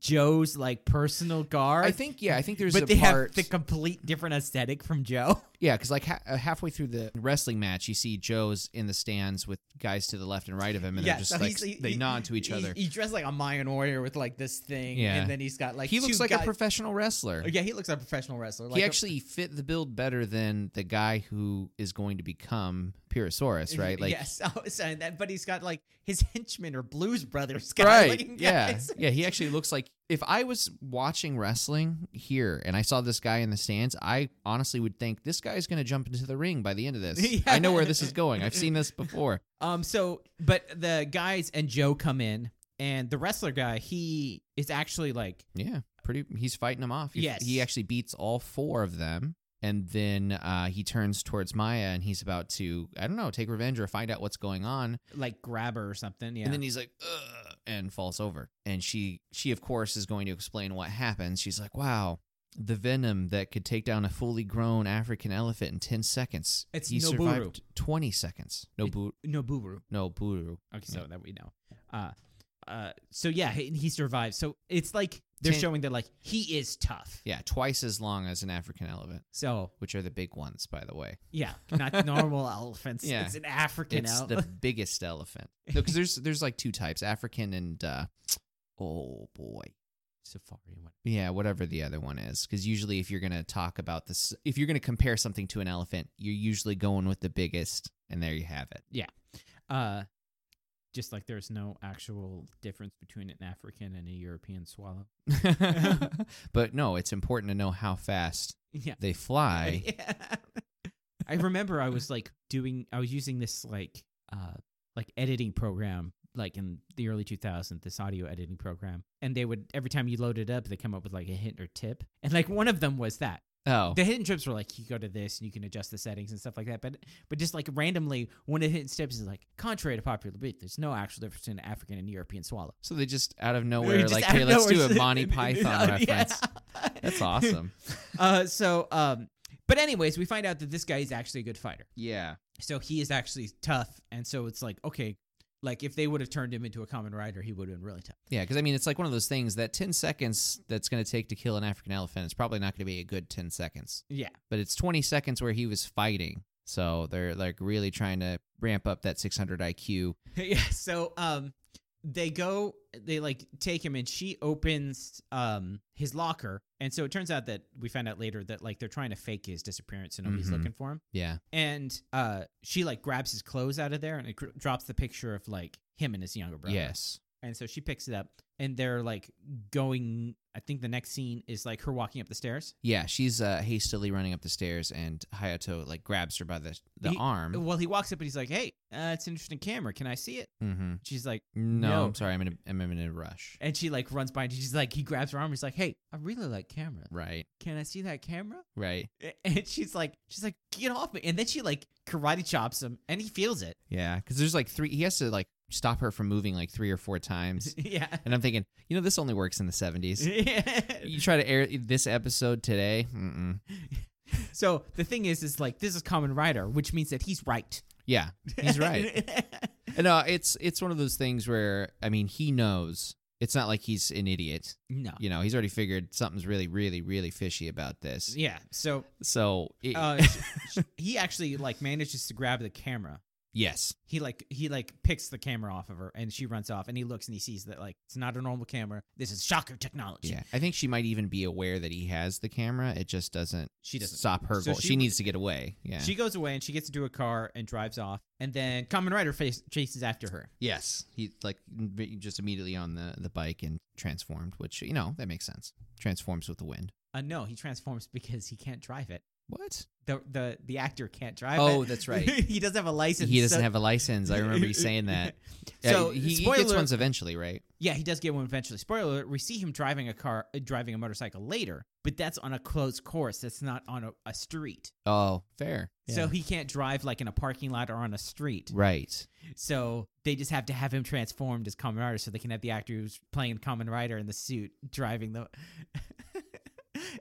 Joe's like personal guard. I think yeah I think there's but a they part have the complete different aesthetic from Joe. Yeah, because like ha- uh, halfway through the wrestling match, you see Joe's in the stands with guys to the left and right of him, and yeah, they're just so like he's- he- they he- nod to each he- other. He, He, dressed like a Mayan warrior with like this thing, Yeah. and then he's got like two looks like a guys- professional wrestler. yeah, he looks like a professional wrestler. Like he a- actually fit the build better than the guy who is going to become Pyrosaurus, right? Like, yes, I was saying that, but he's got like his henchmen or Blues Brothers guy right? looking Yeah, guys. yeah. He actually looks like if I was watching wrestling here and I saw this guy in the stands, I honestly would think this guy's going to jump into the ring by the end of this. Yeah. I know where this is going. I've seen this before. Um. So, but the guys and Joe come in, and the wrestler guy, he is actually like, Yeah, pretty. He's fighting them off. He, Yes. he actually beats all four of them, and then uh, he turns towards Maya, and he's about to, I don't know, take revenge or find out what's going on, like grabber or something. Yeah. and then he's like, Ugh, and falls over, and she, she of course is going to explain what happened. She's like, wow. The venom that could take down a fully grown African elephant in ten seconds. It's he Noburu. survived twenty seconds. No It- bu- no Buru. no buru. Okay, so that we know. Uh, uh. So yeah, he, he survives. So it's like they're Ten- showing that like he is tough. Yeah, twice as long as an African elephant, So which are the big ones, by the way. yeah, not normal elephants. Yeah. It's an African It's the elephant. biggest elephant. No, because there's there's like two types, African and uh, oh boy, Safari one. yeah, whatever the other one is. Because usually, if you're gonna talk about this, if you're gonna compare something to an elephant, you're usually going with the biggest, and there you have it. Uh, just like there's no actual difference between an African and a European swallow. but no, it's important to know how fast Yeah. they fly. Yeah. I remember I was like doing I was using this like uh like editing program like in the early 2000s this audio editing program and they would every time you load it up they come up with like a hint or tip and like one of them was that Oh, the hidden tips were like you go to this and you can adjust the settings and stuff like that but but just like randomly one of the hidden tips is like contrary to popular belief there's no actual difference between an African and European swallow so they just out of nowhere, We're like, hey, let's do a Monty Python reference. That's that's awesome. uh, so, um, but anyways, we find out that this guy is actually a good fighter. yeah, So he is actually tough, and so it's like okay, like if they would have turned him into a common rider, he would have been really tough. yeah. Because I mean, it's like one of those things that ten seconds that's gonna take to kill an African elephant is probably not gonna be a good ten seconds. Yeah, but it's 20 seconds where he was fighting. So they're like really trying to ramp up that 600 IQ. yeah. So, um, they go, they like take him, and she opens um his locker, and so it turns out that we find out later that like they're trying to fake his disappearance, and nobody's Mhm. looking for him. Yeah. And uh, she like grabs his clothes out of there, and it cr- drops the picture of like him and his younger brother. Yes. And so she picks it up, and they're like going. I think the next scene is like her walking up the stairs. Yeah. She's uh, hastily running up the stairs, and Hayato like grabs her by the the He- arm. Well, he walks up and he's like, "Hey, uh, it's an interesting camera. Can I see it?" Mm-hmm. She's like, No, No. I'm sorry. I'm in a, I'm in a rush. and she like runs by and she's like, he grabs her arm. He's like, "Hey, I really like camera. Right. Can I see that camera?" Right. A- And she's like, she's like, "Get off me!" And then she like karate chops him, and he feels it. Yeah. Because there's like three. He has to like stop her from moving like three or four times. yeah. and I'm thinking, you know, this only works in the 70s. Yeah. You try to air this episode today. Mm-mm. so the thing is, is like this is Common Rider, which means that he's right. Yeah. He's right. no, uh, it's it's one of those things where I mean he knows. It's not like he's an idiot. No. You know, he's already figured something's really, really, really fishy about this. Yeah. So So it, uh, sh- sh- he actually like manages to grab the camera. yes, He like he like picks the camera off of her and she runs off and he looks and he sees that like it's not a normal camera. This is shocker technology. yeah. I think she might even be aware that he has the camera. It just doesn't She doesn't. stop her So goal. She, she- needs to get away. Yeah. She goes away and she gets into a car and drives off. And then Common Rider face- chases after her. yes. He like v- just immediately on the the bike and transformed, which you know that makes sense. Transforms with the wind. Uh, no, he transforms because he can't drive it. What? The the the actor can't drive it. Oh, that's right. he does have a license. He doesn't so- have a license. I remember you saying that. Yeah, so he, he spoiler, gets ones eventually, right? yeah, he does get one eventually. Spoiler: alert, we see him driving a car, uh, driving a motorcycle later, but that's on a closed course. That's not on a, a street, Oh, fair. so Yeah. he can't drive like in a parking lot or on a street. right. So they just have to have him transformed as Common Rider, so they can have the actor who's playing Common Rider in the suit driving the.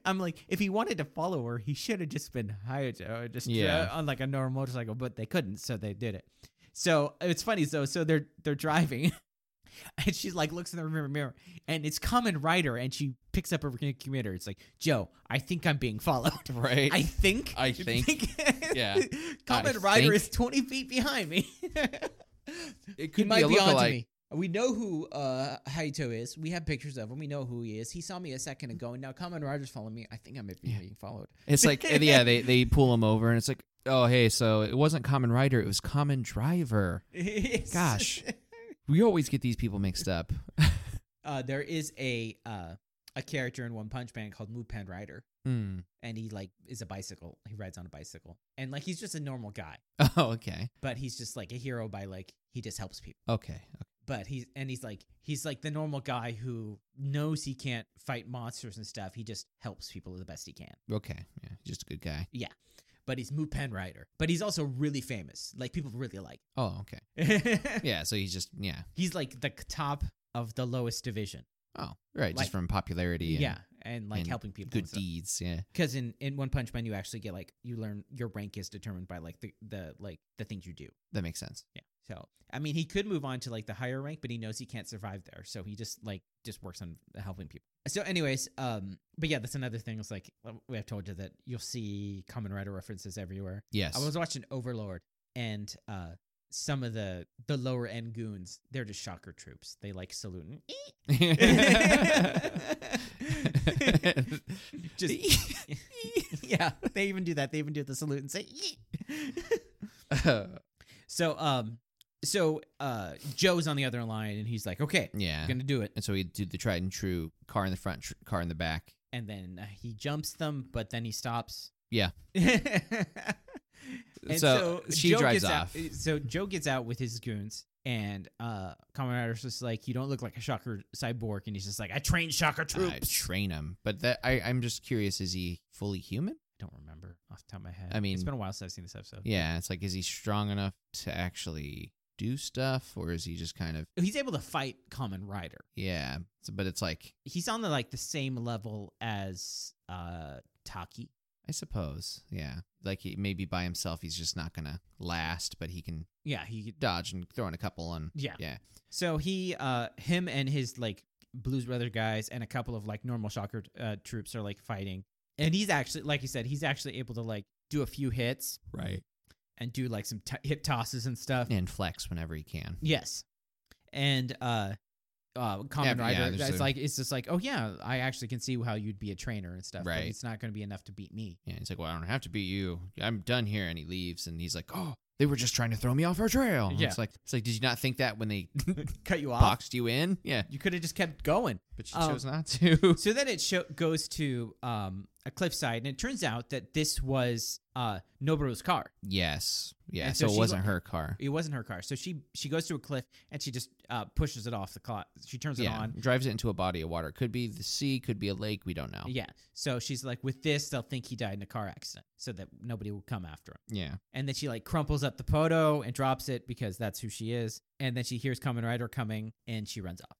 I'm like, if he wanted to follow her, he should have just been hired or just Yeah. yeah. on like a normal motorcycle, but they couldn't, so they did it. So it's funny, so so they're they're driving, and she's like looks in the mirror mirror, and it's Common Rider, and she picks up her commuter. It's like, Joe, I think I'm being followed. Right. I think. I think. Yeah. Common I Rider think. is 20 feet behind me. it he could might be, a be onto lookalike. me. We know who uh, Haito is. We have pictures of him. We know who he is. He saw me a second ago, and now Common Rider's following me. I think I'm being followed. It's like yeah, they they pull him over and it's like, "Oh, hey, so it wasn't common rider, it was common driver." Gosh. We always get these people mixed up. Uh, there is a uh, a character in One Punch Man called Mupen Rider, Hmm. and he like is a bicycle. He rides on a bicycle, and like he's just a normal guy, Oh, okay. but he's just like a hero by like he just helps people. Okay. but he's and he's like he's like the normal guy who knows he can't fight monsters and stuff. He just helps people the best he can. Okay. Yeah, just a good guy. But he's Mupen Rider. But he's also really famous. Like people really like. Oh, okay. Yeah, so he's just yeah. he's like the top of the lowest division. Oh, right, Like- just from popularity Yeah, and and like and helping people. good deeds, yeah. Because in in One Punch Man, you actually get like you learn your rank is determined by like the the like the things you do. That makes sense. Yeah. So I mean, he could move on to like the higher rank, but he knows he can't survive there, so he just like just works on helping people. So, anyways, um, but yeah, that's another thing. It's like uh, we have told you that you'll see Common Rider references everywhere. Yes. I was watching Overlord, and uh, some of the the lower end goons, they're just shocker troops. They like salute. and just yeah, they even do that. They even do the salute and say. So um so uh Joe's on the other line and he's like, "Okay, yeah. I'm going to do it." And so we do the tried and true car in the front, tr- car in the back. And then uh, he jumps them, but then he stops. Yeah. And So she drives gets out- uh, off. so Joe gets out with his goons and uh Kamen Rider's just like, "You don't look like a shocker cyborg." And he's just like, "I trained shocker troops." I Uh, train him, but that I, I'm just curious: is he fully human? I don't remember off the top of my head. I mean- it's been a while since I've seen this episode. Yeah, it's like, is he strong enough to actually do stuff, or is he just kind of He's able to fight Common Rider. yeah? So- But it's like, He's on the like the same level as uh Taki. I suppose, yeah, like he, maybe by himself he's just not gonna last, but he can Yeah, he dodge and throw in a couple and Yeah. Yeah. So he, uh, him and his like Blues Brother guys and a couple of like normal Shocker uh, troops are like fighting, and he's actually, like you said, he's actually able to like do a few hits right and do like some t- hip tosses and stuff. and flex whenever he can. Yes, and uh, uh, Common Yeah, yeah, Rider, there's a- that's like it's just like, oh yeah, I actually can see how you'd be a trainer and stuff, but Right. it's not going to be enough to beat me. Yeah, he's like, well, I don't have to beat you. I'm done here, and he leaves, and he's like, oh, they were just trying to throw me off our trail. And Yeah. it's like, it's like, did you not think that when they Cut you off. boxed you in? Yeah, You could have just kept going. but she Um, chose not to. so then it show- goes to um, a cliffside, and it turns out that this was uh, Noboru's car. yes, yeah. And So, so it she's wasn't like- her car. It wasn't her car. So she she goes to a cliff and she just uh, pushes it off the clock. She turns it yeah, on. drives it into a body of water. Could be the sea, could be a lake. We don't know. Yeah. So she's like, with this, they'll think he died in a car accident, so that nobody will come after him. Yeah. And then she like crumples up the photo and drops it because that's who she is. And then she hears Kamen Rider coming and she runs off.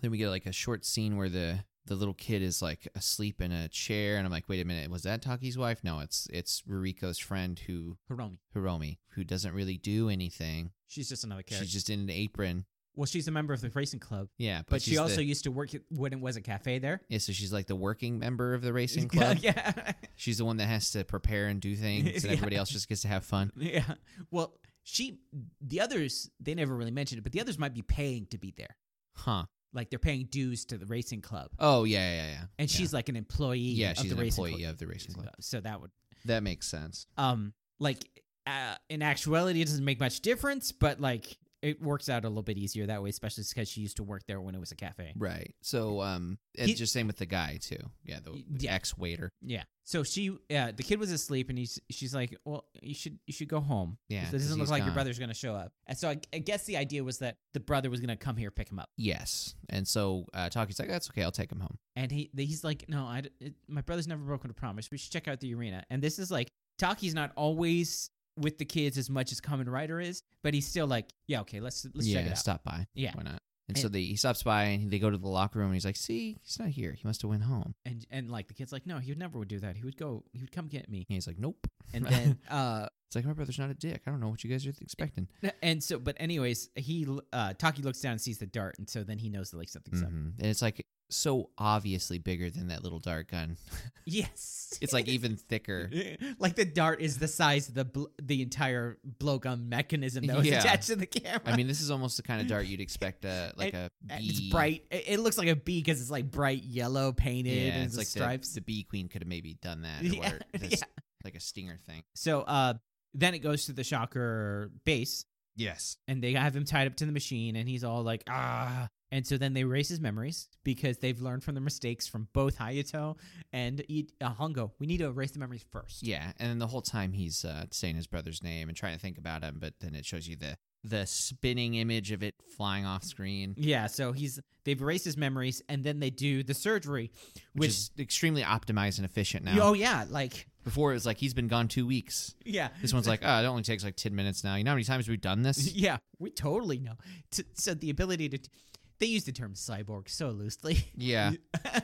Then we get like a short scene where the the little kid is like asleep in a chair, and I'm like, wait a minute, was that Taki's wife? No, it's it's Ruriko's friend who Hiromi. Hiromi, who doesn't really do anything. She's just another character. She's just in an apron. well, she's a member of the racing club, Yeah, but, but, she she's also the, used to work at, when it was a cafe there. yeah, so she's like the working member of the racing club. yeah, She's the one that has to prepare and do things, and Yeah. everybody else just gets to have fun. yeah. Well, she, the others, they never really mentioned it, but the others might be paying to be there. Huh. Like they're paying dues to the racing club, Oh, yeah, yeah, yeah. and Yeah. she's like an employee. yeah, of she's the an racing employee club. of the racing club. So that would, That makes sense. um, like uh, in actuality, it doesn't make much difference, but like it works out a little bit easier that way, especially because she used to work there when it was a cafe. Right. So, um, and He- just same with the guy too. Yeah, the, the Yeah. ex waiter. Yeah. So she, uh, the kid was asleep, and he's, she's like, "Well, you should, you should go home. Yeah, it 'cause doesn't look he's like gone. your brother's gonna show up." And so I, I guess the idea was that the brother was gonna come here pick him up, Yes. And so uh, Taki's like, that's okay. I'll take him home. and he, he's like, "No, I, d- it, my brother's never broken a promise. We should check out the arena." And this is like, Taki's not always with the kids as much as Common Rider is, but he's still like, "Yeah, okay, let's let's yeah, check it out." stop by. Yeah. Why not? And so And- they, he stops by and they go to the locker room and he's like, see, he's not here. He must have went home. And and like the kid's like, "No, he would never would do that. He would go. He would come get me." And he's like, nope. And then, uh, It's like, my brother's not a dick. I don't know what you guys are expecting. And so, but anyways, he uh Taki looks down and sees the dart, and so then he knows that like something's up. Mhm. And it's like so obviously bigger than that little dart gun. Yes, It's like even thicker. like the dart is the size of the bl- the entire blowgun mechanism that was Yeah. attached to the camera. I mean, this is almost the kind of dart you'd expect a like a bee. And it's bright. It, it looks like a bee because it's like bright yellow painted Yeah, and it's the like stripes. The, the bee queen could have maybe done that. Or Yeah, whatever, this- yeah. Like a stinger thing. So uh, then it goes to the shocker base, Yes. and they have him tied up to the machine, and he's all like ah. And so then they erase his memories because they've learned from the mistakes from both Hayato and I- uh, Hongo. We need to erase the memories first. Yeah, and then the whole time he's uh, saying his brother's name and trying to think about him, but then it shows you the the spinning image of it flying off screen, which, Yeah, so he's they've erased his memories and then they do the surgery, which, is extremely optimized and efficient now. oh yeah, like Before it was like he's been gone two weeks. yeah, This one's like, oh, it only takes like ten minutes now. You know how many times we've done this? yeah, we totally know. T- so the ability to, they use the term cyborg so loosely. yeah,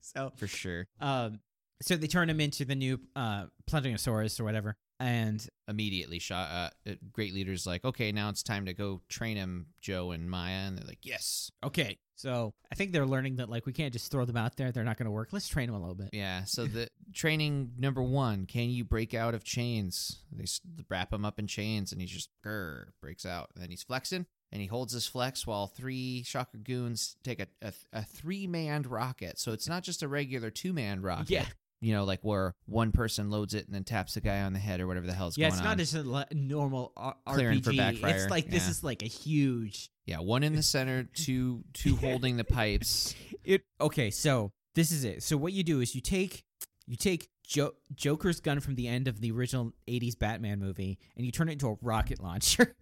so for sure. um, so they turn him into the new uh Pluntosaurus or whatever, and Immediately, shot. Uh, uh, great leaders like, okay, now it's time to go train him, Joe and Maya, and they're like, yes, okay, so I think they're learning that like we can't just throw them out there; they're not going to work. Let's train them a little bit. Yeah. So the training number one: Can you break out of chains? They s- wrap him up in chains, and he's just grr, breaks out. And then he's flexing, and he holds his flex while three shocker goons take a a, a three man rocket. So it's not just a regular two man rocket. Yeah, You know, like where one person loads it and then taps the guy on the head or whatever the hell's yeah, going it's not on. just a le- normal uh, R- Clearing RPG. for backfire, It's like this yeah. is like a huge yeah, one in the center, two two holding the pipes. It okay, so this is it. So what you do is you take you take jo- Joker's gun from the end of the original 80s Batman movie and you turn it into a rocket launcher.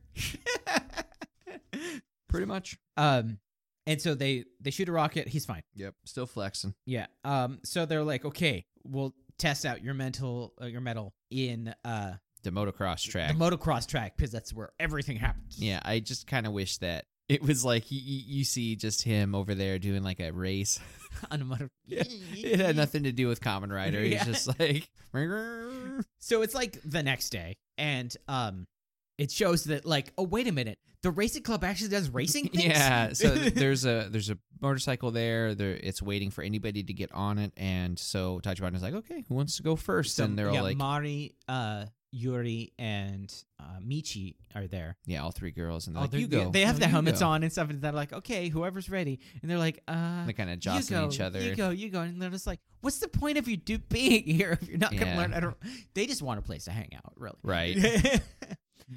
Pretty much. um and so they they shoot a rocket, he's fine. Yep. Still flexing. Yeah. Um so they're like, "Okay, we'll test out your mental uh, your metal in uh The motocross track. the motocross track because that's where everything happens." Yeah, I just kind of wish that it was like you, you you see just him over there doing like a race. On a motor- Yeah. It had nothing to do with Common Rider. He's Yeah. just like, So it's like the next day, and um, it shows that like, oh wait a minute, the racing club actually does racing. Things? yeah. So there's a there's a motorcycle there. There it's waiting for anybody to get on it, and so Tachibana's like, okay, who wants to go first? So, and they're yeah, all like, Mari, uh, Yuri, and uh, Michi are there. yeah, all three girls, and they're Oh, like, they're- you go. They have No, the you helmets go. on and stuff, and they're like, okay, whoever's ready, and they're like, uh. They kind of you jostling go, each other. You go, you go, and they're just like, "What's the point of you do being here if you're not gonna Yeah. learn?" I don't. They just want a place to hang out, really. Right. then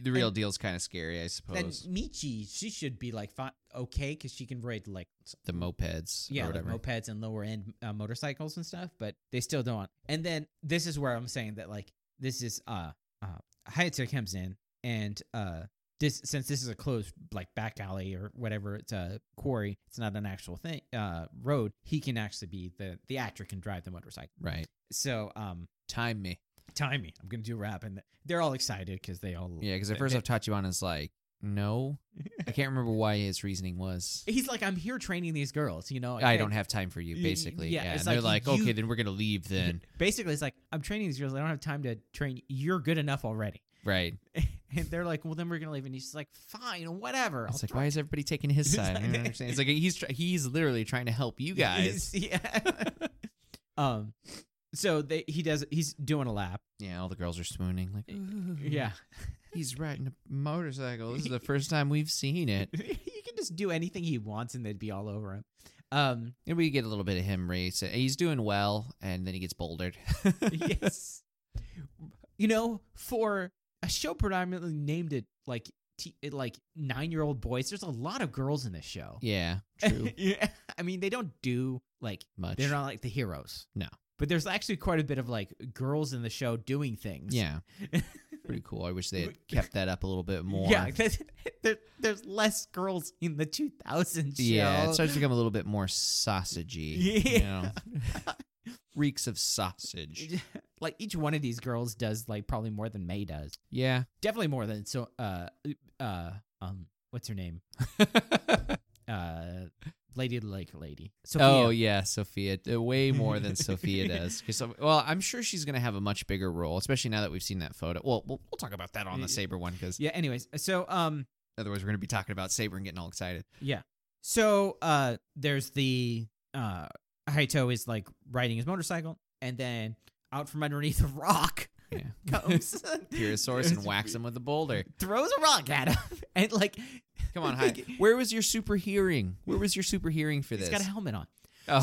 The real deal's kind of scary, I suppose. Michi, she should be like fi- okay because she can ride like The mopeds, yeah, or like whatever. mopeds and lower end uh, motorcycles and stuff, but they still don't. And then this is where I'm saying that like this is uh uh Hayato comes in and uh this since this is a closed like back alley or whatever it's a quarry, it's not an actual thing uh road. He can actually be the the actor can drive the motorcycle. right. So um Time me. timey, I'm gonna do rap and they're all excited because they all Yeah, because at first off, Tachibana's like, No, I can't remember why his reasoning was. He's like, I'm here training these girls, you know. I and- don't have time for you, Y- basically. yeah, Yeah, it's and they're like, like, you- okay, then we're gonna leave then, Basically, it's like I'm training these girls. I don't have time to train. You're good enough already. right? And they're like, well, then we're gonna leave. And he's just like, fine, whatever. It's I'll like, why is everybody taking his It's side? I like- don't understand. It's like he's tr- he's literally trying to help you guys. yeah. um. So they he does he's doing a lap. yeah, all the girls are swooning. Like, "Ooh, Yeah. he's riding a motorcycle. This is the first time we've seen it. you can just do anything he wants and they'd be all over him. Um. And we get a little bit of him race. He's doing well, and then he gets bouldered. yes. You know, for a show predominantly named it like t- it, like nine year old boys, there's a lot of girls in this show. yeah, true. yeah. I mean, they don't do like Much. they're not like the heroes. No. But there's actually quite a bit of like girls in the show doing things. Yeah, pretty cool. I wish they had kept that up a little bit more. Yeah, there's, there, there's less girls in the 2000 show. Yeah, it starts to become a little bit more sausagey. you Yeah. know? Reeks of sausage. like each one of these girls does like probably more than May does. Yeah. Definitely more than so uh uh um what's her name? uh Lady Lake Lady. Sophia. Oh yeah, Sophia. Uh, Way more than Sophia does. 'Cause Soph- well, I'm sure she's gonna have a much bigger role, especially now that we've seen that photo. Well, we'll, we'll talk about that on the Y- Saber one because Yeah, anyways. So um otherwise we're gonna be talking about Saber and getting all excited. Yeah. So uh there's the uh Haito is like riding his motorcycle and then out from underneath a rock Yeah. comes Pyrosaurus and whacks him with a boulder. throws a rock at him and like Come on, hi. Where was your super hearing? Where was your super hearing for this? he's got a helmet on. oh.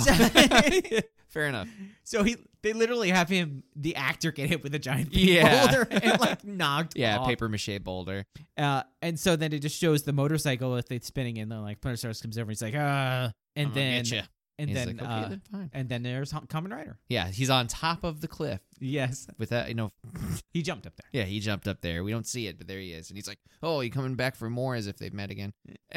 Fair enough. so he they literally have him the actor get hit with a giant Yeah. boulder and like knocked Yeah, off. paper mache boulder. Uh, and so then it just shows the motorcycle with it spinning and then like Pyrosaurus comes over and he's like uh and I'm gonna then get ya. and He's then like, uh, okay, then fine. and then there's Hon- Common Rider. Yeah, he's on top of the cliff Yes. with that. You know, He jumped up there. yeah, he jumped up there. We don't see it, but there he is, and he's like, "Oh, you coming back for more?" As if they've met again.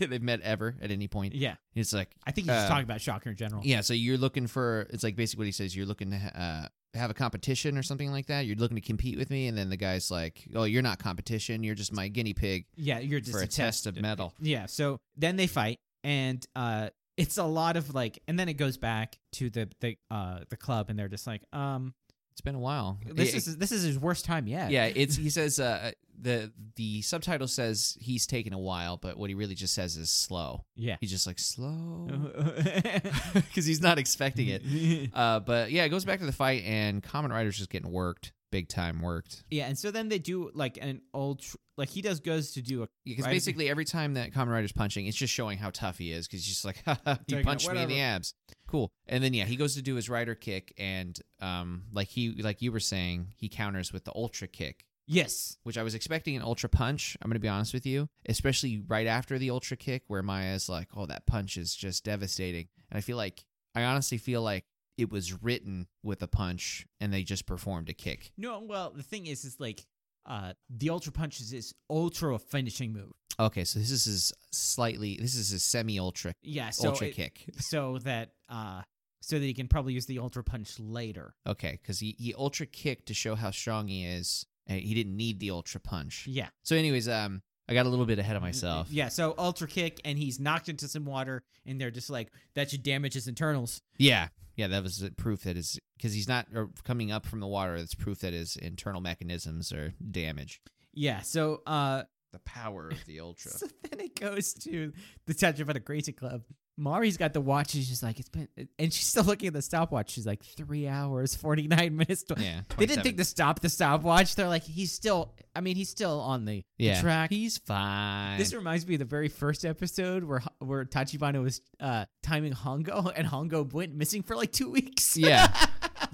they've met ever at any point. Yeah. It's like, I think he's just Uh, talking about Shocker in general. yeah, so you're looking for. It's like basically what he says. You're looking to ha- uh, have a competition or something like that. You're looking to compete with me, and then the guy's like, "Oh, you're not competition. You're just my guinea pig Yeah, you're just for a, test, of metal." Yeah. So then they fight and uh it's a lot of like and then it goes back to the the uh the club and they're just like, um It's been a while. this It- is this is his worst time yet. yeah, it's he says uh, the the subtitle says he's taken a while, but what he really just says is slow. Yeah. He's just like slow Expecting because he's not expecting it. Uh, but yeah, it goes back to the fight, and Common Rider's just getting worked, big time worked. Yeah, and so then they do like an old tr- like he does goes to do a Because Right. basically, every time that Common Rider's punching, it's just showing how tough he is. Because he's just like, "Ha, ha, Taking you it, punched me in the whatever." abs, cool. And then yeah, he goes to do his rider kick, and um, like he like you were saying, he counters with the ultra kick, yes. which I was expecting an ultra punch. I'm going to be honest with you, especially right after the ultra kick, where Maya's like, "Oh, that punch is just devastating," and I feel like I honestly feel like it was written with a punch, and they just performed a kick. No, well, the thing is is like uh the ultra punch is his ultra finishing move. Okay, so this is his slightly, this is his semi ultra Yeah, so ultra it- kick. so that uh so that he can probably use the ultra punch later. Okay, because he he ultra kicked to show how strong he is. and He didn't need the ultra punch. Yeah. So, anyways, um, I got a little bit ahead of myself. Mm, Yeah, so ultra kick and he's knocked into some water and they're just like that should damage his internals. Yeah, yeah, that was proof that is because he's not uh, coming up from the water. That's proof that his internal mechanisms are damaged. Yeah, so uh The power of the ultra. so then it goes to the touch of a crazy club. Mari's got the watch. She's just like it's been, and she's still looking at the stopwatch. She's like three hours forty nine minutes. tw- yeah, They 27. didn't think to stop the stopwatch. They're like he's still. I mean, he's still on the, the Yeah. track. He's fine. This reminds me of the very first episode where H- where Tachibana was uh, timing Hongo, and Hongo went missing for like two weeks. yeah.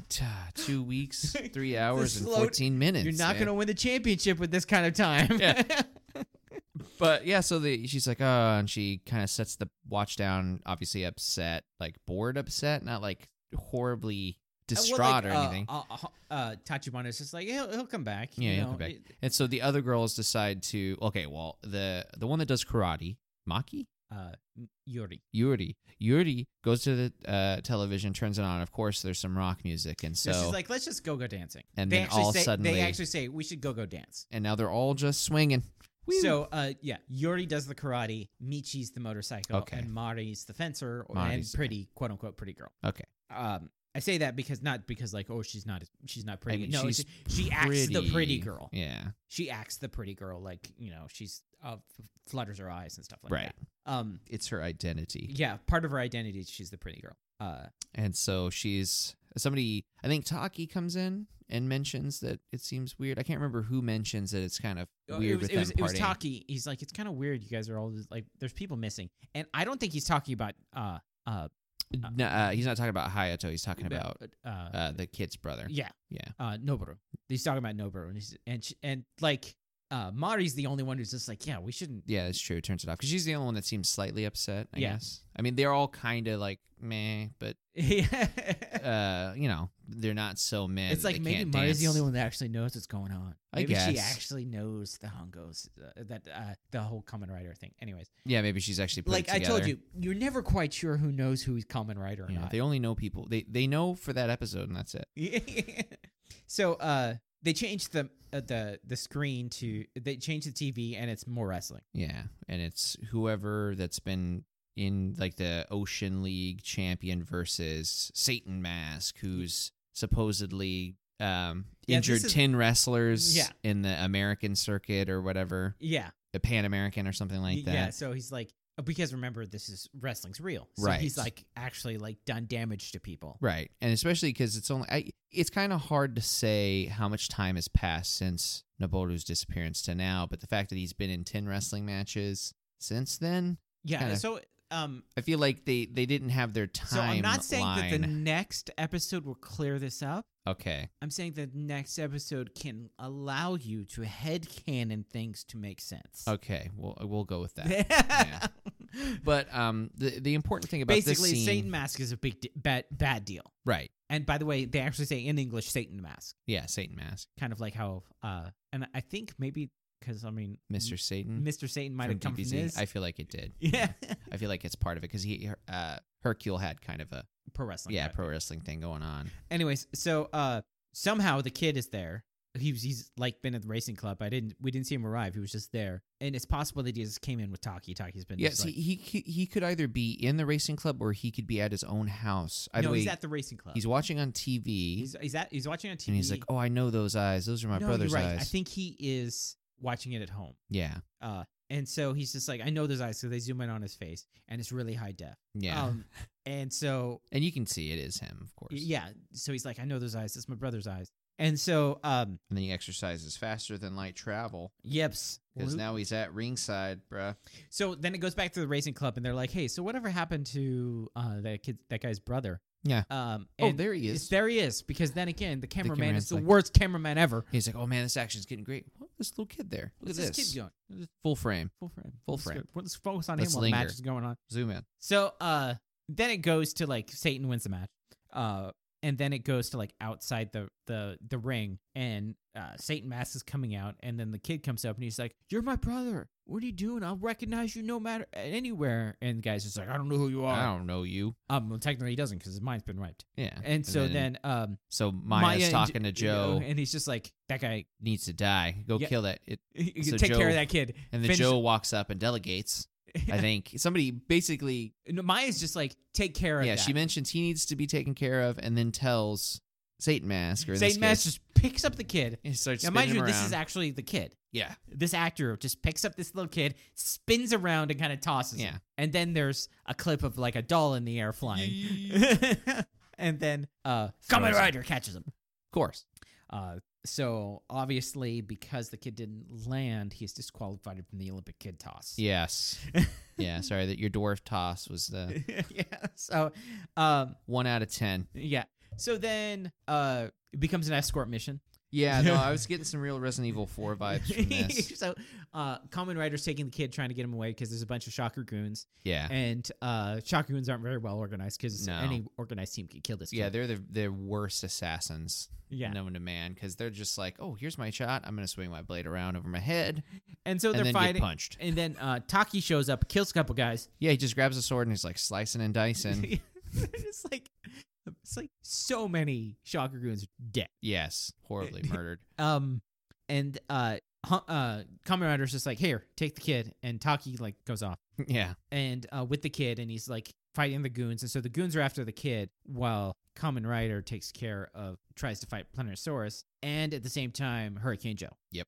Ta- Two weeks, three hours, and slowed- fourteen minutes. You're not man. going to win the championship with this kind of time. Yeah. But yeah, so the she's like, oh, and she kind of sets the watch down, obviously upset, like bored, upset, not like horribly distraught or anything. Uh, uh, uh, Tachibana's just like, he'll, he'll come back. Yeah, you he'll know, come back. it- and so the other girls decide to, okay, well, the the one that does karate, Maki, uh, Yuri. Yuri, Yuri goes to the uh, television, turns it on. Of course, there's some rock music, and So so she's like, let's just go go dancing. and they then actually all say, suddenly, they actually say we should go go dance. and now they're all just swinging. Woo. So, uh, yeah, Yori does the karate, Michi's the motorcycle, Okay. and Mari's the fencer, or, Mari's and the pretty, quote unquote, pretty girl. Okay. Um, I say that because not because like oh she's not she's not pretty. mean, no, she's it's- she acts the pretty girl. Yeah. She acts the pretty girl like you know she's uh, f- flutters her eyes and stuff like Right. that. Um, It's her identity. yeah, part of her identity is she's the pretty girl. Uh, And so she's somebody I think Taki comes in and mentions that it seems weird. I can't remember who mentions that it's kind of weird Oh, it was with it them was, it was partying. Taki. He's like it's kind of weird. You guys are all just, like there's people missing, and I don't think he's talking about uh uh No, uh, he's not talking about Hayato, he's talking ba- about uh, uh, the kid's brother. yeah yeah. uh Noboru. He's talking about Noboru, and he's and she, and like uh Mari's the only one who's just like yeah we shouldn't Yeah, that's true. Turns it off because she's the only one that seems slightly upset. I Yeah. guess. I mean, they're all kind of like meh, but uh, you know, they're not so meh. It's that like they maybe can't Mari's the dance. only one that actually knows what's going on. I Maybe she guess. actually knows the Hungos, uh, that uh, the whole Common Rider thing. Anyways, Yeah, maybe she's actually put it like I told together. you, you're never quite sure who knows who's Common Rider or Yeah, not. they only know people. They they know for that episode, and that's it. so uh, they changed the uh, the the screen to they changed the TV and it's more wrestling. Yeah, and it's whoever that's been in like the Ocean League champion versus Satan Mask, who's supposedly um Yeah, this injured is- 10 wrestlers Yeah. in the american circuit or whatever Yeah, the pan american or something like that yeah. So he's like uh, because remember this is wrestling's real. So Right. He's like actually like done damage to people. Right. And especially because it's only, I, it's kind of hard to say how much time has passed since Naboru's disappearance to now, but the fact that he's been in 10 wrestling matches since then, Yeah. Kinda. So um, I feel like they, they didn't have their time. So I'm not saying that the line. next episode will clear this up. okay. I'm saying the next episode can allow you to headcanon things to make sense. Okay. We'll, uh, we'll go with that. yeah. but um, the, the important thing about Basically, this scene. Satan Mask is a big de- bad, bad deal. Right. And by the way, they actually say in English Satan Mask, Yeah. Satan Mask. kind of like how, uh, and I think maybe because I mean, Mr. Satan. Mr. Satan might from have come DBZ. from this. I feel like it did. yeah, I feel like it's part of it because he, uh, Hercule had kind of a, pro wrestling. yeah, card. pro wrestling thing going on. Anyways, so uh somehow the kid is there. He was, he's like been at the racing club. I didn't we didn't see him arrive. He was just there. And it's possible that he just came in with Taki. Taki's been Yes, just like, he, he he could either be in the racing club or he could be at his own house. Either No, way, he's at the racing club. he's watching on TV, he's he's at he's watching on TV. and he's like, "Oh, I know those eyes. Those are my no, brother's you're right. eyes." I think he is watching it at home. yeah, Uh and so he's just like, I know those eyes, so they zoom in on his face and it's really high def. yeah, Um and so and you can see it is him, of course. yeah, so he's like, I know those eyes, that's my brother's eyes. And so um and then he exercises faster than light travel yeps. because Lu- now he's at ringside, bruh. So then it goes back to the racing club, and they're like, "Hey, so whatever happened to uh, that kid, that guy's brother?" Yeah. Um. Oh, and there he it's- is. There he is. Because then again, the cameraman is cameraman's the like- worst cameraman ever. He's like, "Oh man, this action's getting great. What this little kid there? Look What's at this kid doing? Full frame, Full frame. Full Let's frame. go- Let's focus on Let's him while the match linger. is going on. zoom in. So, uh, then it goes to like Satan wins the match. Uh. And then it goes to like outside the the the ring, and uh, Satan Mass is coming out, and then the kid comes up and he's like, "You're my brother. What are you doing? I'll recognize you no matter anywhere." And the guy's just like, "I don't know who you are." I don't know you." Um, well, technically he doesn't because his mind's been wiped. Yeah, And, so then, um, so Maya's Maya and- talking to Joe. and he's just like, "That guy, needs to die. Go Yeah. kill that. It, you So take care of Joe- that kid." and then Finish- Joe walks up and delegates. I think somebody basically No, Maya's just like, "Take care of Yeah, that." she mentions he needs to be taken care of, and then tells Satan Mask or in this Satan Mass case- just picks up the kid. he starts Now, spinning mind you, him this is around. actually the kid. yeah, This actor just picks up this little kid, spins around, and kind of tosses him. yeah, And then there's a clip of like a doll in the air flying. and then, uh, Kamen Throws him. Rider catches him. of course. Uh, so obviously, because the kid didn't land, he's disqualified from the Olympic kid toss. Yes, yeah. Sorry that your dwarf toss was the yeah. So, um, one out of ten. yeah. So then, uh, it becomes an escort mission. Yeah, no, I was getting some real Resident Evil Four vibes from this. so, uh, Common Rider's taking the kid, trying to get him away because there's a bunch of shocker goons, Yeah, and uh, shocker goons aren't very well organized because No. any organized team could kill this. Kid. yeah, they're the the worst assassins yeah. known to man because they're just like, oh, here's my shot. I'm gonna swing my blade around over my head And so and they're then get fighting. punched. And then uh, Taki shows up, kills a couple guys. Yeah, he just grabs a sword and he's like slicing and dicing. it's like, it's like so many shocker goons are dead. yes, horribly murdered. Um, and uh, Hu- uh, Kamen Rider's just like, here, take the kid, and Taki like goes off Yeah. and uh, with the kid, and he's like fighting the goons, and so the goons are after the kid while Kamen Rider takes care of tries to fight Planetosaurus, and at the same time Hurricane Joe. Yep.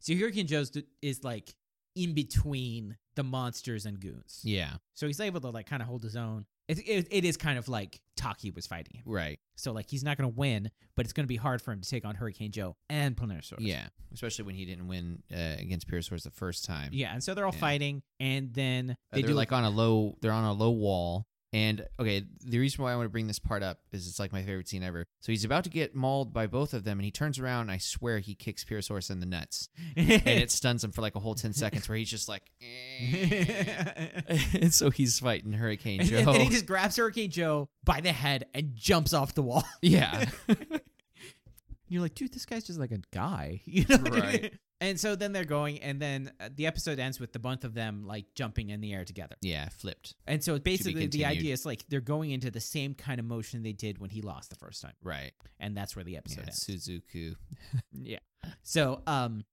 So Hurricane Joe is like in between the monsters and goons, Yeah. so he's able to like kind of hold his own. It, it, it is kind of like Taki was fighting him, Right. so like he's not going to win, but it's going to be hard for him to take on Hurricane Joe and Planetosaurus. Yeah. Especially when he didn't win uh, against Pyrosaurus the first time. Yeah, and so they're all Yeah. fighting, and then they they are do like on a low they're on a low wall and okay the reason why i want to bring this part up is it's like my favorite scene ever so he's about to get mauled by both of them and he turns around and i swear he kicks Pyrosaurus in the nuts "Oh, and it stuns him for like a whole 10 seconds where he's just like eh. and so he's fighting hurricane And, joe and then he just grabs Hurricane Joe by the head and jumps off the wall. yeah You're like, dude, this guy's just like a guy, you know? Right. And so then they're going, and then uh, the episode ends with the bunch of them like jumping in the air together. yeah flipped And so basically, the continued. idea is like they're going into the same kind of motion they did when he lost the first time, right and that's where the episode yeah, ends. suzuku Yeah. So, um,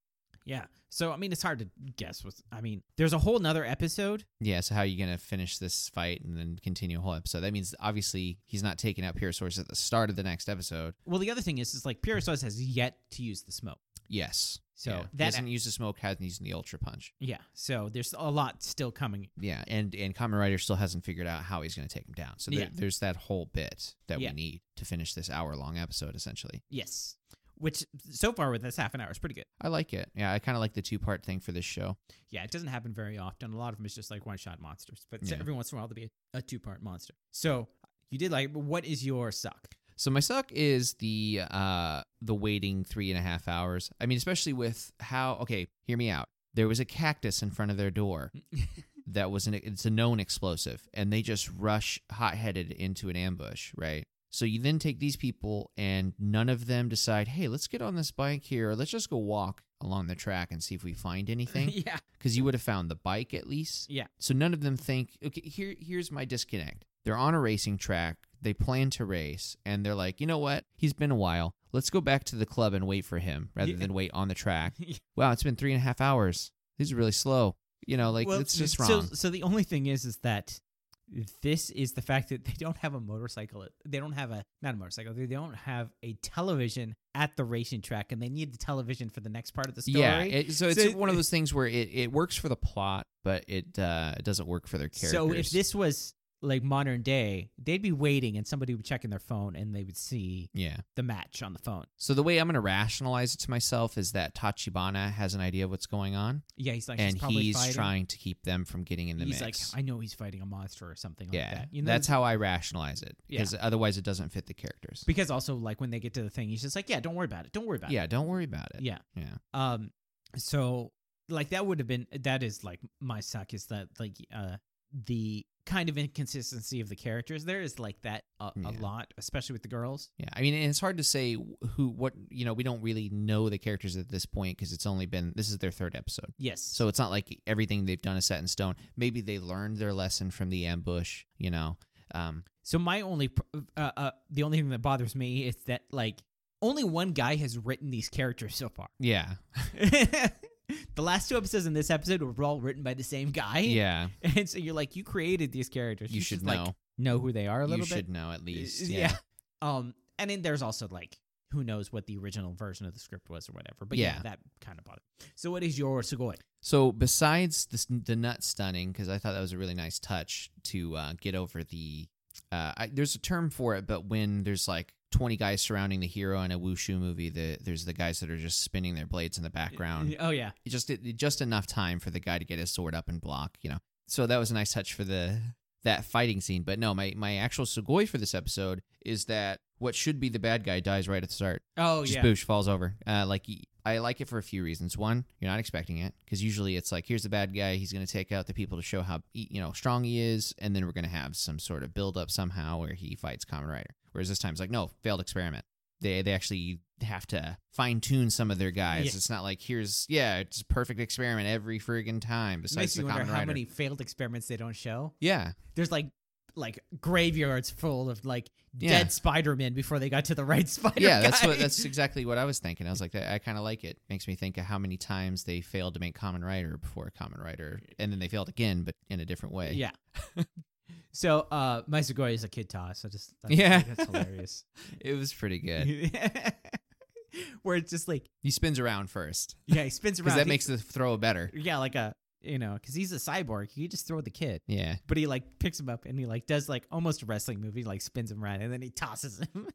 yeah. So I mean, it's hard to guess. What I mean, there's a whole nother episode. yeah so how are you gonna finish this fight and then continue a whole episode that means obviously he's not taking out Pyrosaurus at the start of the next episode Well, the other thing is, is like Pyrosaurus has yet to use the smoke. yes So yeah. he that doesn't use the smoke hasn't used the ultra punch yeah. So there's a lot still coming. Yeah, and and Kamen Rider still hasn't figured out how he's going to take him down. So there, Yeah. there's that whole bit that Yeah. we need to finish this hour long episode. Essentially, Yes. Which so far with this half an hour is pretty good. I like it. Yeah, I kind of like the two part thing for this show. Yeah, it doesn't happen very often. A lot of them is just like one shot monsters, but Yeah. every once in a while there'll be a, a two part monster. So you did like. What is your suck? So my suck is the uh the waiting three and a half hours. I mean, especially with how okay, hear me out. There was a cactus in front of their door that was an it's a known explosive, and they just rush hot headed into an ambush, right? So you then take these people, and none of them decide, hey, let's get on this bike here, or let's just go walk along the track and see if we find anything. yeah. because you would have found the bike at least. Yeah. So none of them think, okay, here here's my disconnect. They're on a racing track. They plan to race, and they're like, you know what? He's been a while. Let's go back to the club and wait for him rather Yeah. than wait on the track. Wow, it's been three and a half hours. These are really slow. You know, like Well, it's just so, wrong. So the only thing is, is that this is the fact that they don't have a motorcycle. They don't have a not a motorcycle. They don't have a television at the racing track, and they need the television for the next part of the story. Yeah, it, so it's So- one of those things where it, it works for the plot, but it uh, it doesn't work for their characters. so if this was like modern day, they'd be waiting, and somebody would check in their phone, and they would see yeah, the match on the phone. so the way I'm going to rationalize it to myself is that Tachibana has an idea of what's going on, Yeah, he's like, and he's probably he's fighting. trying to keep them from getting in the he's mix. like, I know he's fighting a monster or something yeah, like that. You know, that's how I rationalize it Yeah. because otherwise it doesn't fit the characters. because also like when they get to the thing, he's just like, yeah, don't worry about it. Don't worry about it. Yeah, don't worry about it. Yeah. Yeah. Um, so like that would have been that is like my suck is that like uh the kind of inconsistency of the characters there is like that a, a Yeah. lot, especially with the girls. Yeah, I mean, and it's hard to say who, what, you know, we don't really know the characters at this point because it's only been, this is their third episode. Yes. So it's not like everything they've done is set in stone. Maybe they learned their lesson from the ambush, you know. Um, so my only pr- uh, uh the only thing that bothers me is that like only one guy has written these characters so far. yeah. the last two episodes and this episode were all written by the same guy. Yeah. And so you're like you created these characters. You should like know. know who they are a you little bit. should know at least. Uh, Yeah. Um, and then there's also like who knows what the original version of the script was or whatever. But yeah, Yeah. that kind of bothered. So what is your Sugoi? So besides the, s- the nut stunning, because I thought that was a really nice touch to uh, get over the. Uh, I, there's a term for it, but when there's like 20 guys surrounding the hero in a wushu movie, the, there's the guys that are just spinning their blades in the background. Oh yeah, It Just it, just enough time for the guy to get his sword up and block, you know. So that was a nice touch for the that fighting scene. But no, my my actual sugoi for this episode is that what should be the bad guy dies right at the start oh just yeah, boosh falls over. Uh, like y- I like it for a few reasons. One, you're not expecting it because usually it's like here's the bad guy. He's going to take out the people to show how e- you know strong he is, and then we're going to have some sort of build up somehow where he fights Common Rider. Whereas this time it's like no failed experiment. They they actually have to fine tune some of their guys. Yeah. It's not like here's yeah it's a perfect experiment every friggin' time. Besides Makes the you wonder Common how Rider, many failed experiments they don't show. yeah There's like like graveyards full of like Yeah. dead Spider-Man before they got to the right Spider. yeah, that's guy. what that's exactly what I was thinking. I was like, that- I kind of like it. Makes me think of how many times they failed to make Common Rider before Common Rider, and then they failed again, but in a different way. Yeah. so uh, my Segoy is a kid toss. I just I Yeah. think that's hilarious. it was pretty good. Where it's just like He spins around first yeah, he spins around. because that He- makes the throw better. yeah, like a you know, because he's a cyborg. You just throw the kid, Yeah, but he like picks him up and he like does like almost a wrestling move. He like spins him around and then he tosses him.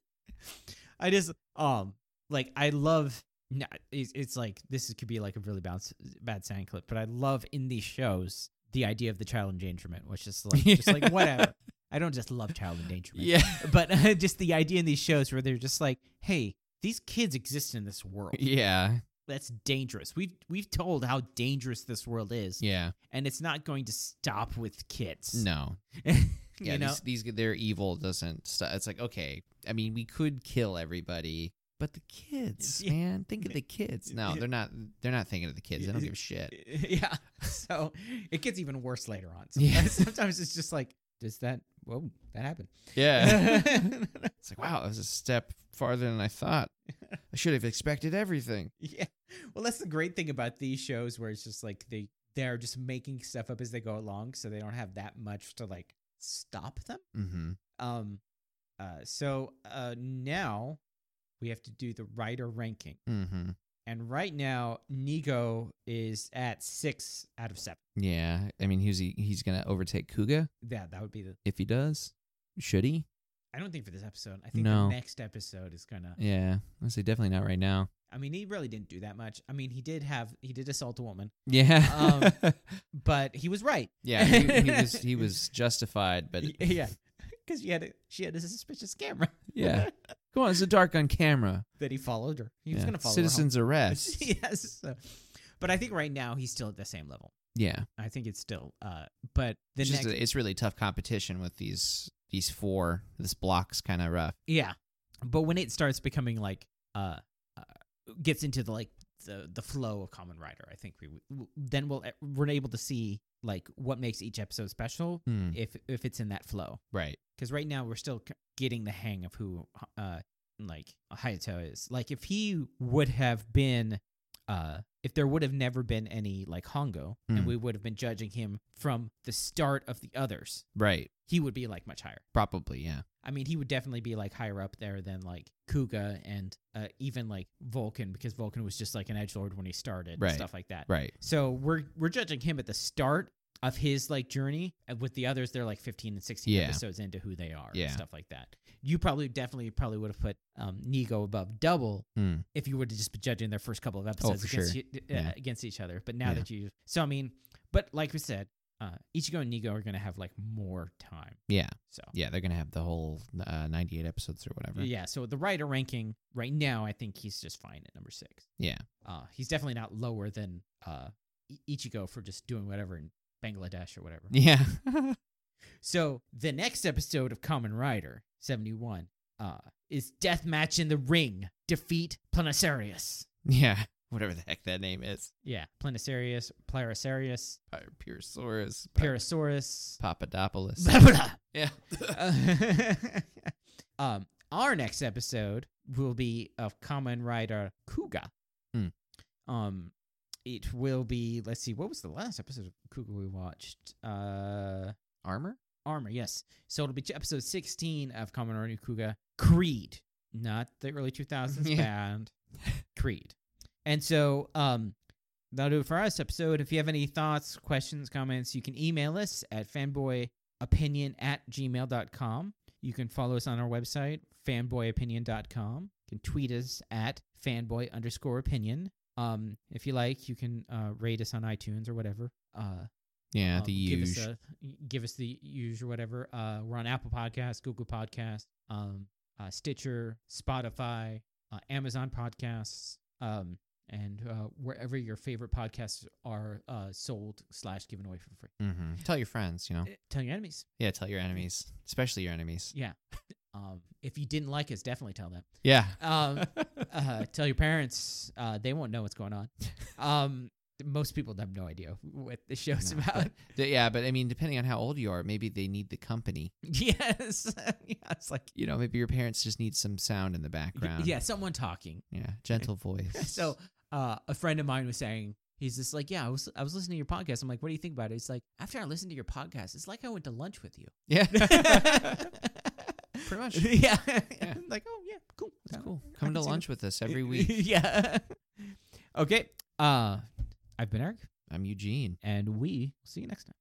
I just um like I love. No, it's, it's like this could be like a really bad bad sound clip, but I love in these shows the idea of the child endangerment, which is like just like whatever. I don't just love child endangerment. yeah, but uh, just the idea in these shows where they're just like, "Hey, these kids exist in this world. yeah, That's dangerous. We've we've told how dangerous this world is, yeah. and it's not going to stop with kids. No, yeah. you know, these, these their evil doesn't. St- it's like okay. I mean, we could kill everybody, but the kids, Yeah. man. Think of the kids. No, they're not. They're not thinking of the kids. They don't give a shit. yeah. So it gets even worse later on. Sometimes, Yeah. sometimes it's just like, does that? Whoa, that happened. Yeah. It's like, wow, that was a step farther than I thought. I should have expected everything. Yeah. Well, that's the great thing about these shows where it's just like they they're just making stuff up as they go along, so they don't have that much to like stop them. Mm-hmm. Um uh so uh now we have to do the writer ranking. Mm-hmm. And right now Nigo is at 6 out of 7. Yeah. I mean, who's he? He's gonna overtake Kuga Yeah, that would be the if he does. Should he? I don't think for this episode. I think No. the next episode is going to Yeah. I say definitely not right now. I mean, he really didn't do that much. I mean, he did have he did assault a woman, Yeah. Um. but he was right. yeah. He, he was he was justified, but Y- yeah. Cuz she had a, she had a suspicious camera yeah. Come on, it's a dark on camera. that he followed her. He was Yeah. going to follow Citizens her. home. arrest. yes. So- But I think right now he's still at the same level. yeah. I think it's still uh but the it's, next just a- it's really tough competition with these these four. This block's kind of rough. yeah. But when it starts becoming like uh, uh gets into the like the the flow of Common Rider, I think we w- w- then we'll eh, we're able to see like what makes each episode special Hmm. if if it's in that flow. Right. Cuz right now we're still c- getting the hang of who uh like Hayato is. Like if he would have been uh if there would have never been any like Hongo Hmm. and we would have been judging him from the start of the others, Right. he would be like much higher. Probably. Yeah. I mean, he would definitely be like higher up there than like Kuga and uh, even like Vulcan because Vulcan was just like an edge lord when he started Right. and stuff like that. Right. So we're we're judging him at the start of his like journey. And with the others, they're like fifteen and sixteen Yeah. episodes into who they are Yeah. and stuff like that. You probably definitely probably would have put um, Nigo above double Hmm. Oh, if you were to just be judging their first couple of episodes for against sure. you, uh, Yeah. against each other. But now Yeah. that you so I mean, but like we said, uh, Ichigo and Nigo are going to have like more time. Yeah. So Yeah, they're gonna have the whole uh, ninety-eight episodes or whatever. Yeah, so the writer ranking right now, I think he's just fine at number six. Yeah. Uh, he's definitely not lower than uh, I- Ichigo for just doing whatever in Bangladesh or whatever. Yeah. So the next episode of Common Rider 71 uh, is Deathmatch in the Ring Defeat Planetarius. yeah. Whatever the heck that name is. Yeah, Planetarius, Plarosarius, Py- Pyrosaurus. Py- Parasaurus. Papadopoulos. Blah, blah, blah. yeah. um, our next episode will be of Common Rider Kuga. Hmm. Um, it will be. Let's see. What was the last episode of Kuga we watched? Uh, Armor. Armor. Yes. So it'll be j- episode sixteen of Common Rider Kuga. Creed, not the early two thousands Yeah. band. Creed. And so, um, that'll do it for us episode. If you have any thoughts, questions, comments, you can email us at fanboyopinion at gmail.com. You can follow us on our website, fanboyopinion.com. You can tweet us at fanboy underscore opinion. Um, if you like, you can uh, rate us on iTunes or whatever. Uh, Yeah. um, the give us, huge. a, give us the use or whatever. Uh, we're on Apple Podcasts, Google Podcasts, um, uh, Stitcher, Spotify, uh, Amazon Podcasts, um, and uh, wherever your favorite podcasts are uh, sold slash given away for free. hmm Tell your friends. You know. Uh, Tell your enemies. Yeah. Tell your enemies, especially your enemies. Yeah. Um, if you didn't like us, definitely tell them. Yeah. Um, uh, tell your parents. Uh, they won't know what's going on. Um, most people have no idea what the show's No, about. D- Yeah, but I mean, depending on how old you are, maybe they need the company. yes, yeah, it's like You know, maybe your parents just need some sound in the background. yeah, someone talking. Yeah, gentle voice. so uh, a friend of mine was saying he's just like yeah I was I was listening to your podcast I'm like what do you think about it he's like after I listened to your podcast it's like I went to lunch with you yeah, pretty much. yeah, Yeah. I'm like oh yeah cool that's Uh, cool. I Come can to see lunch with us every week. yeah okay uh I've been Eric I'm Eugene. and we will see you next time.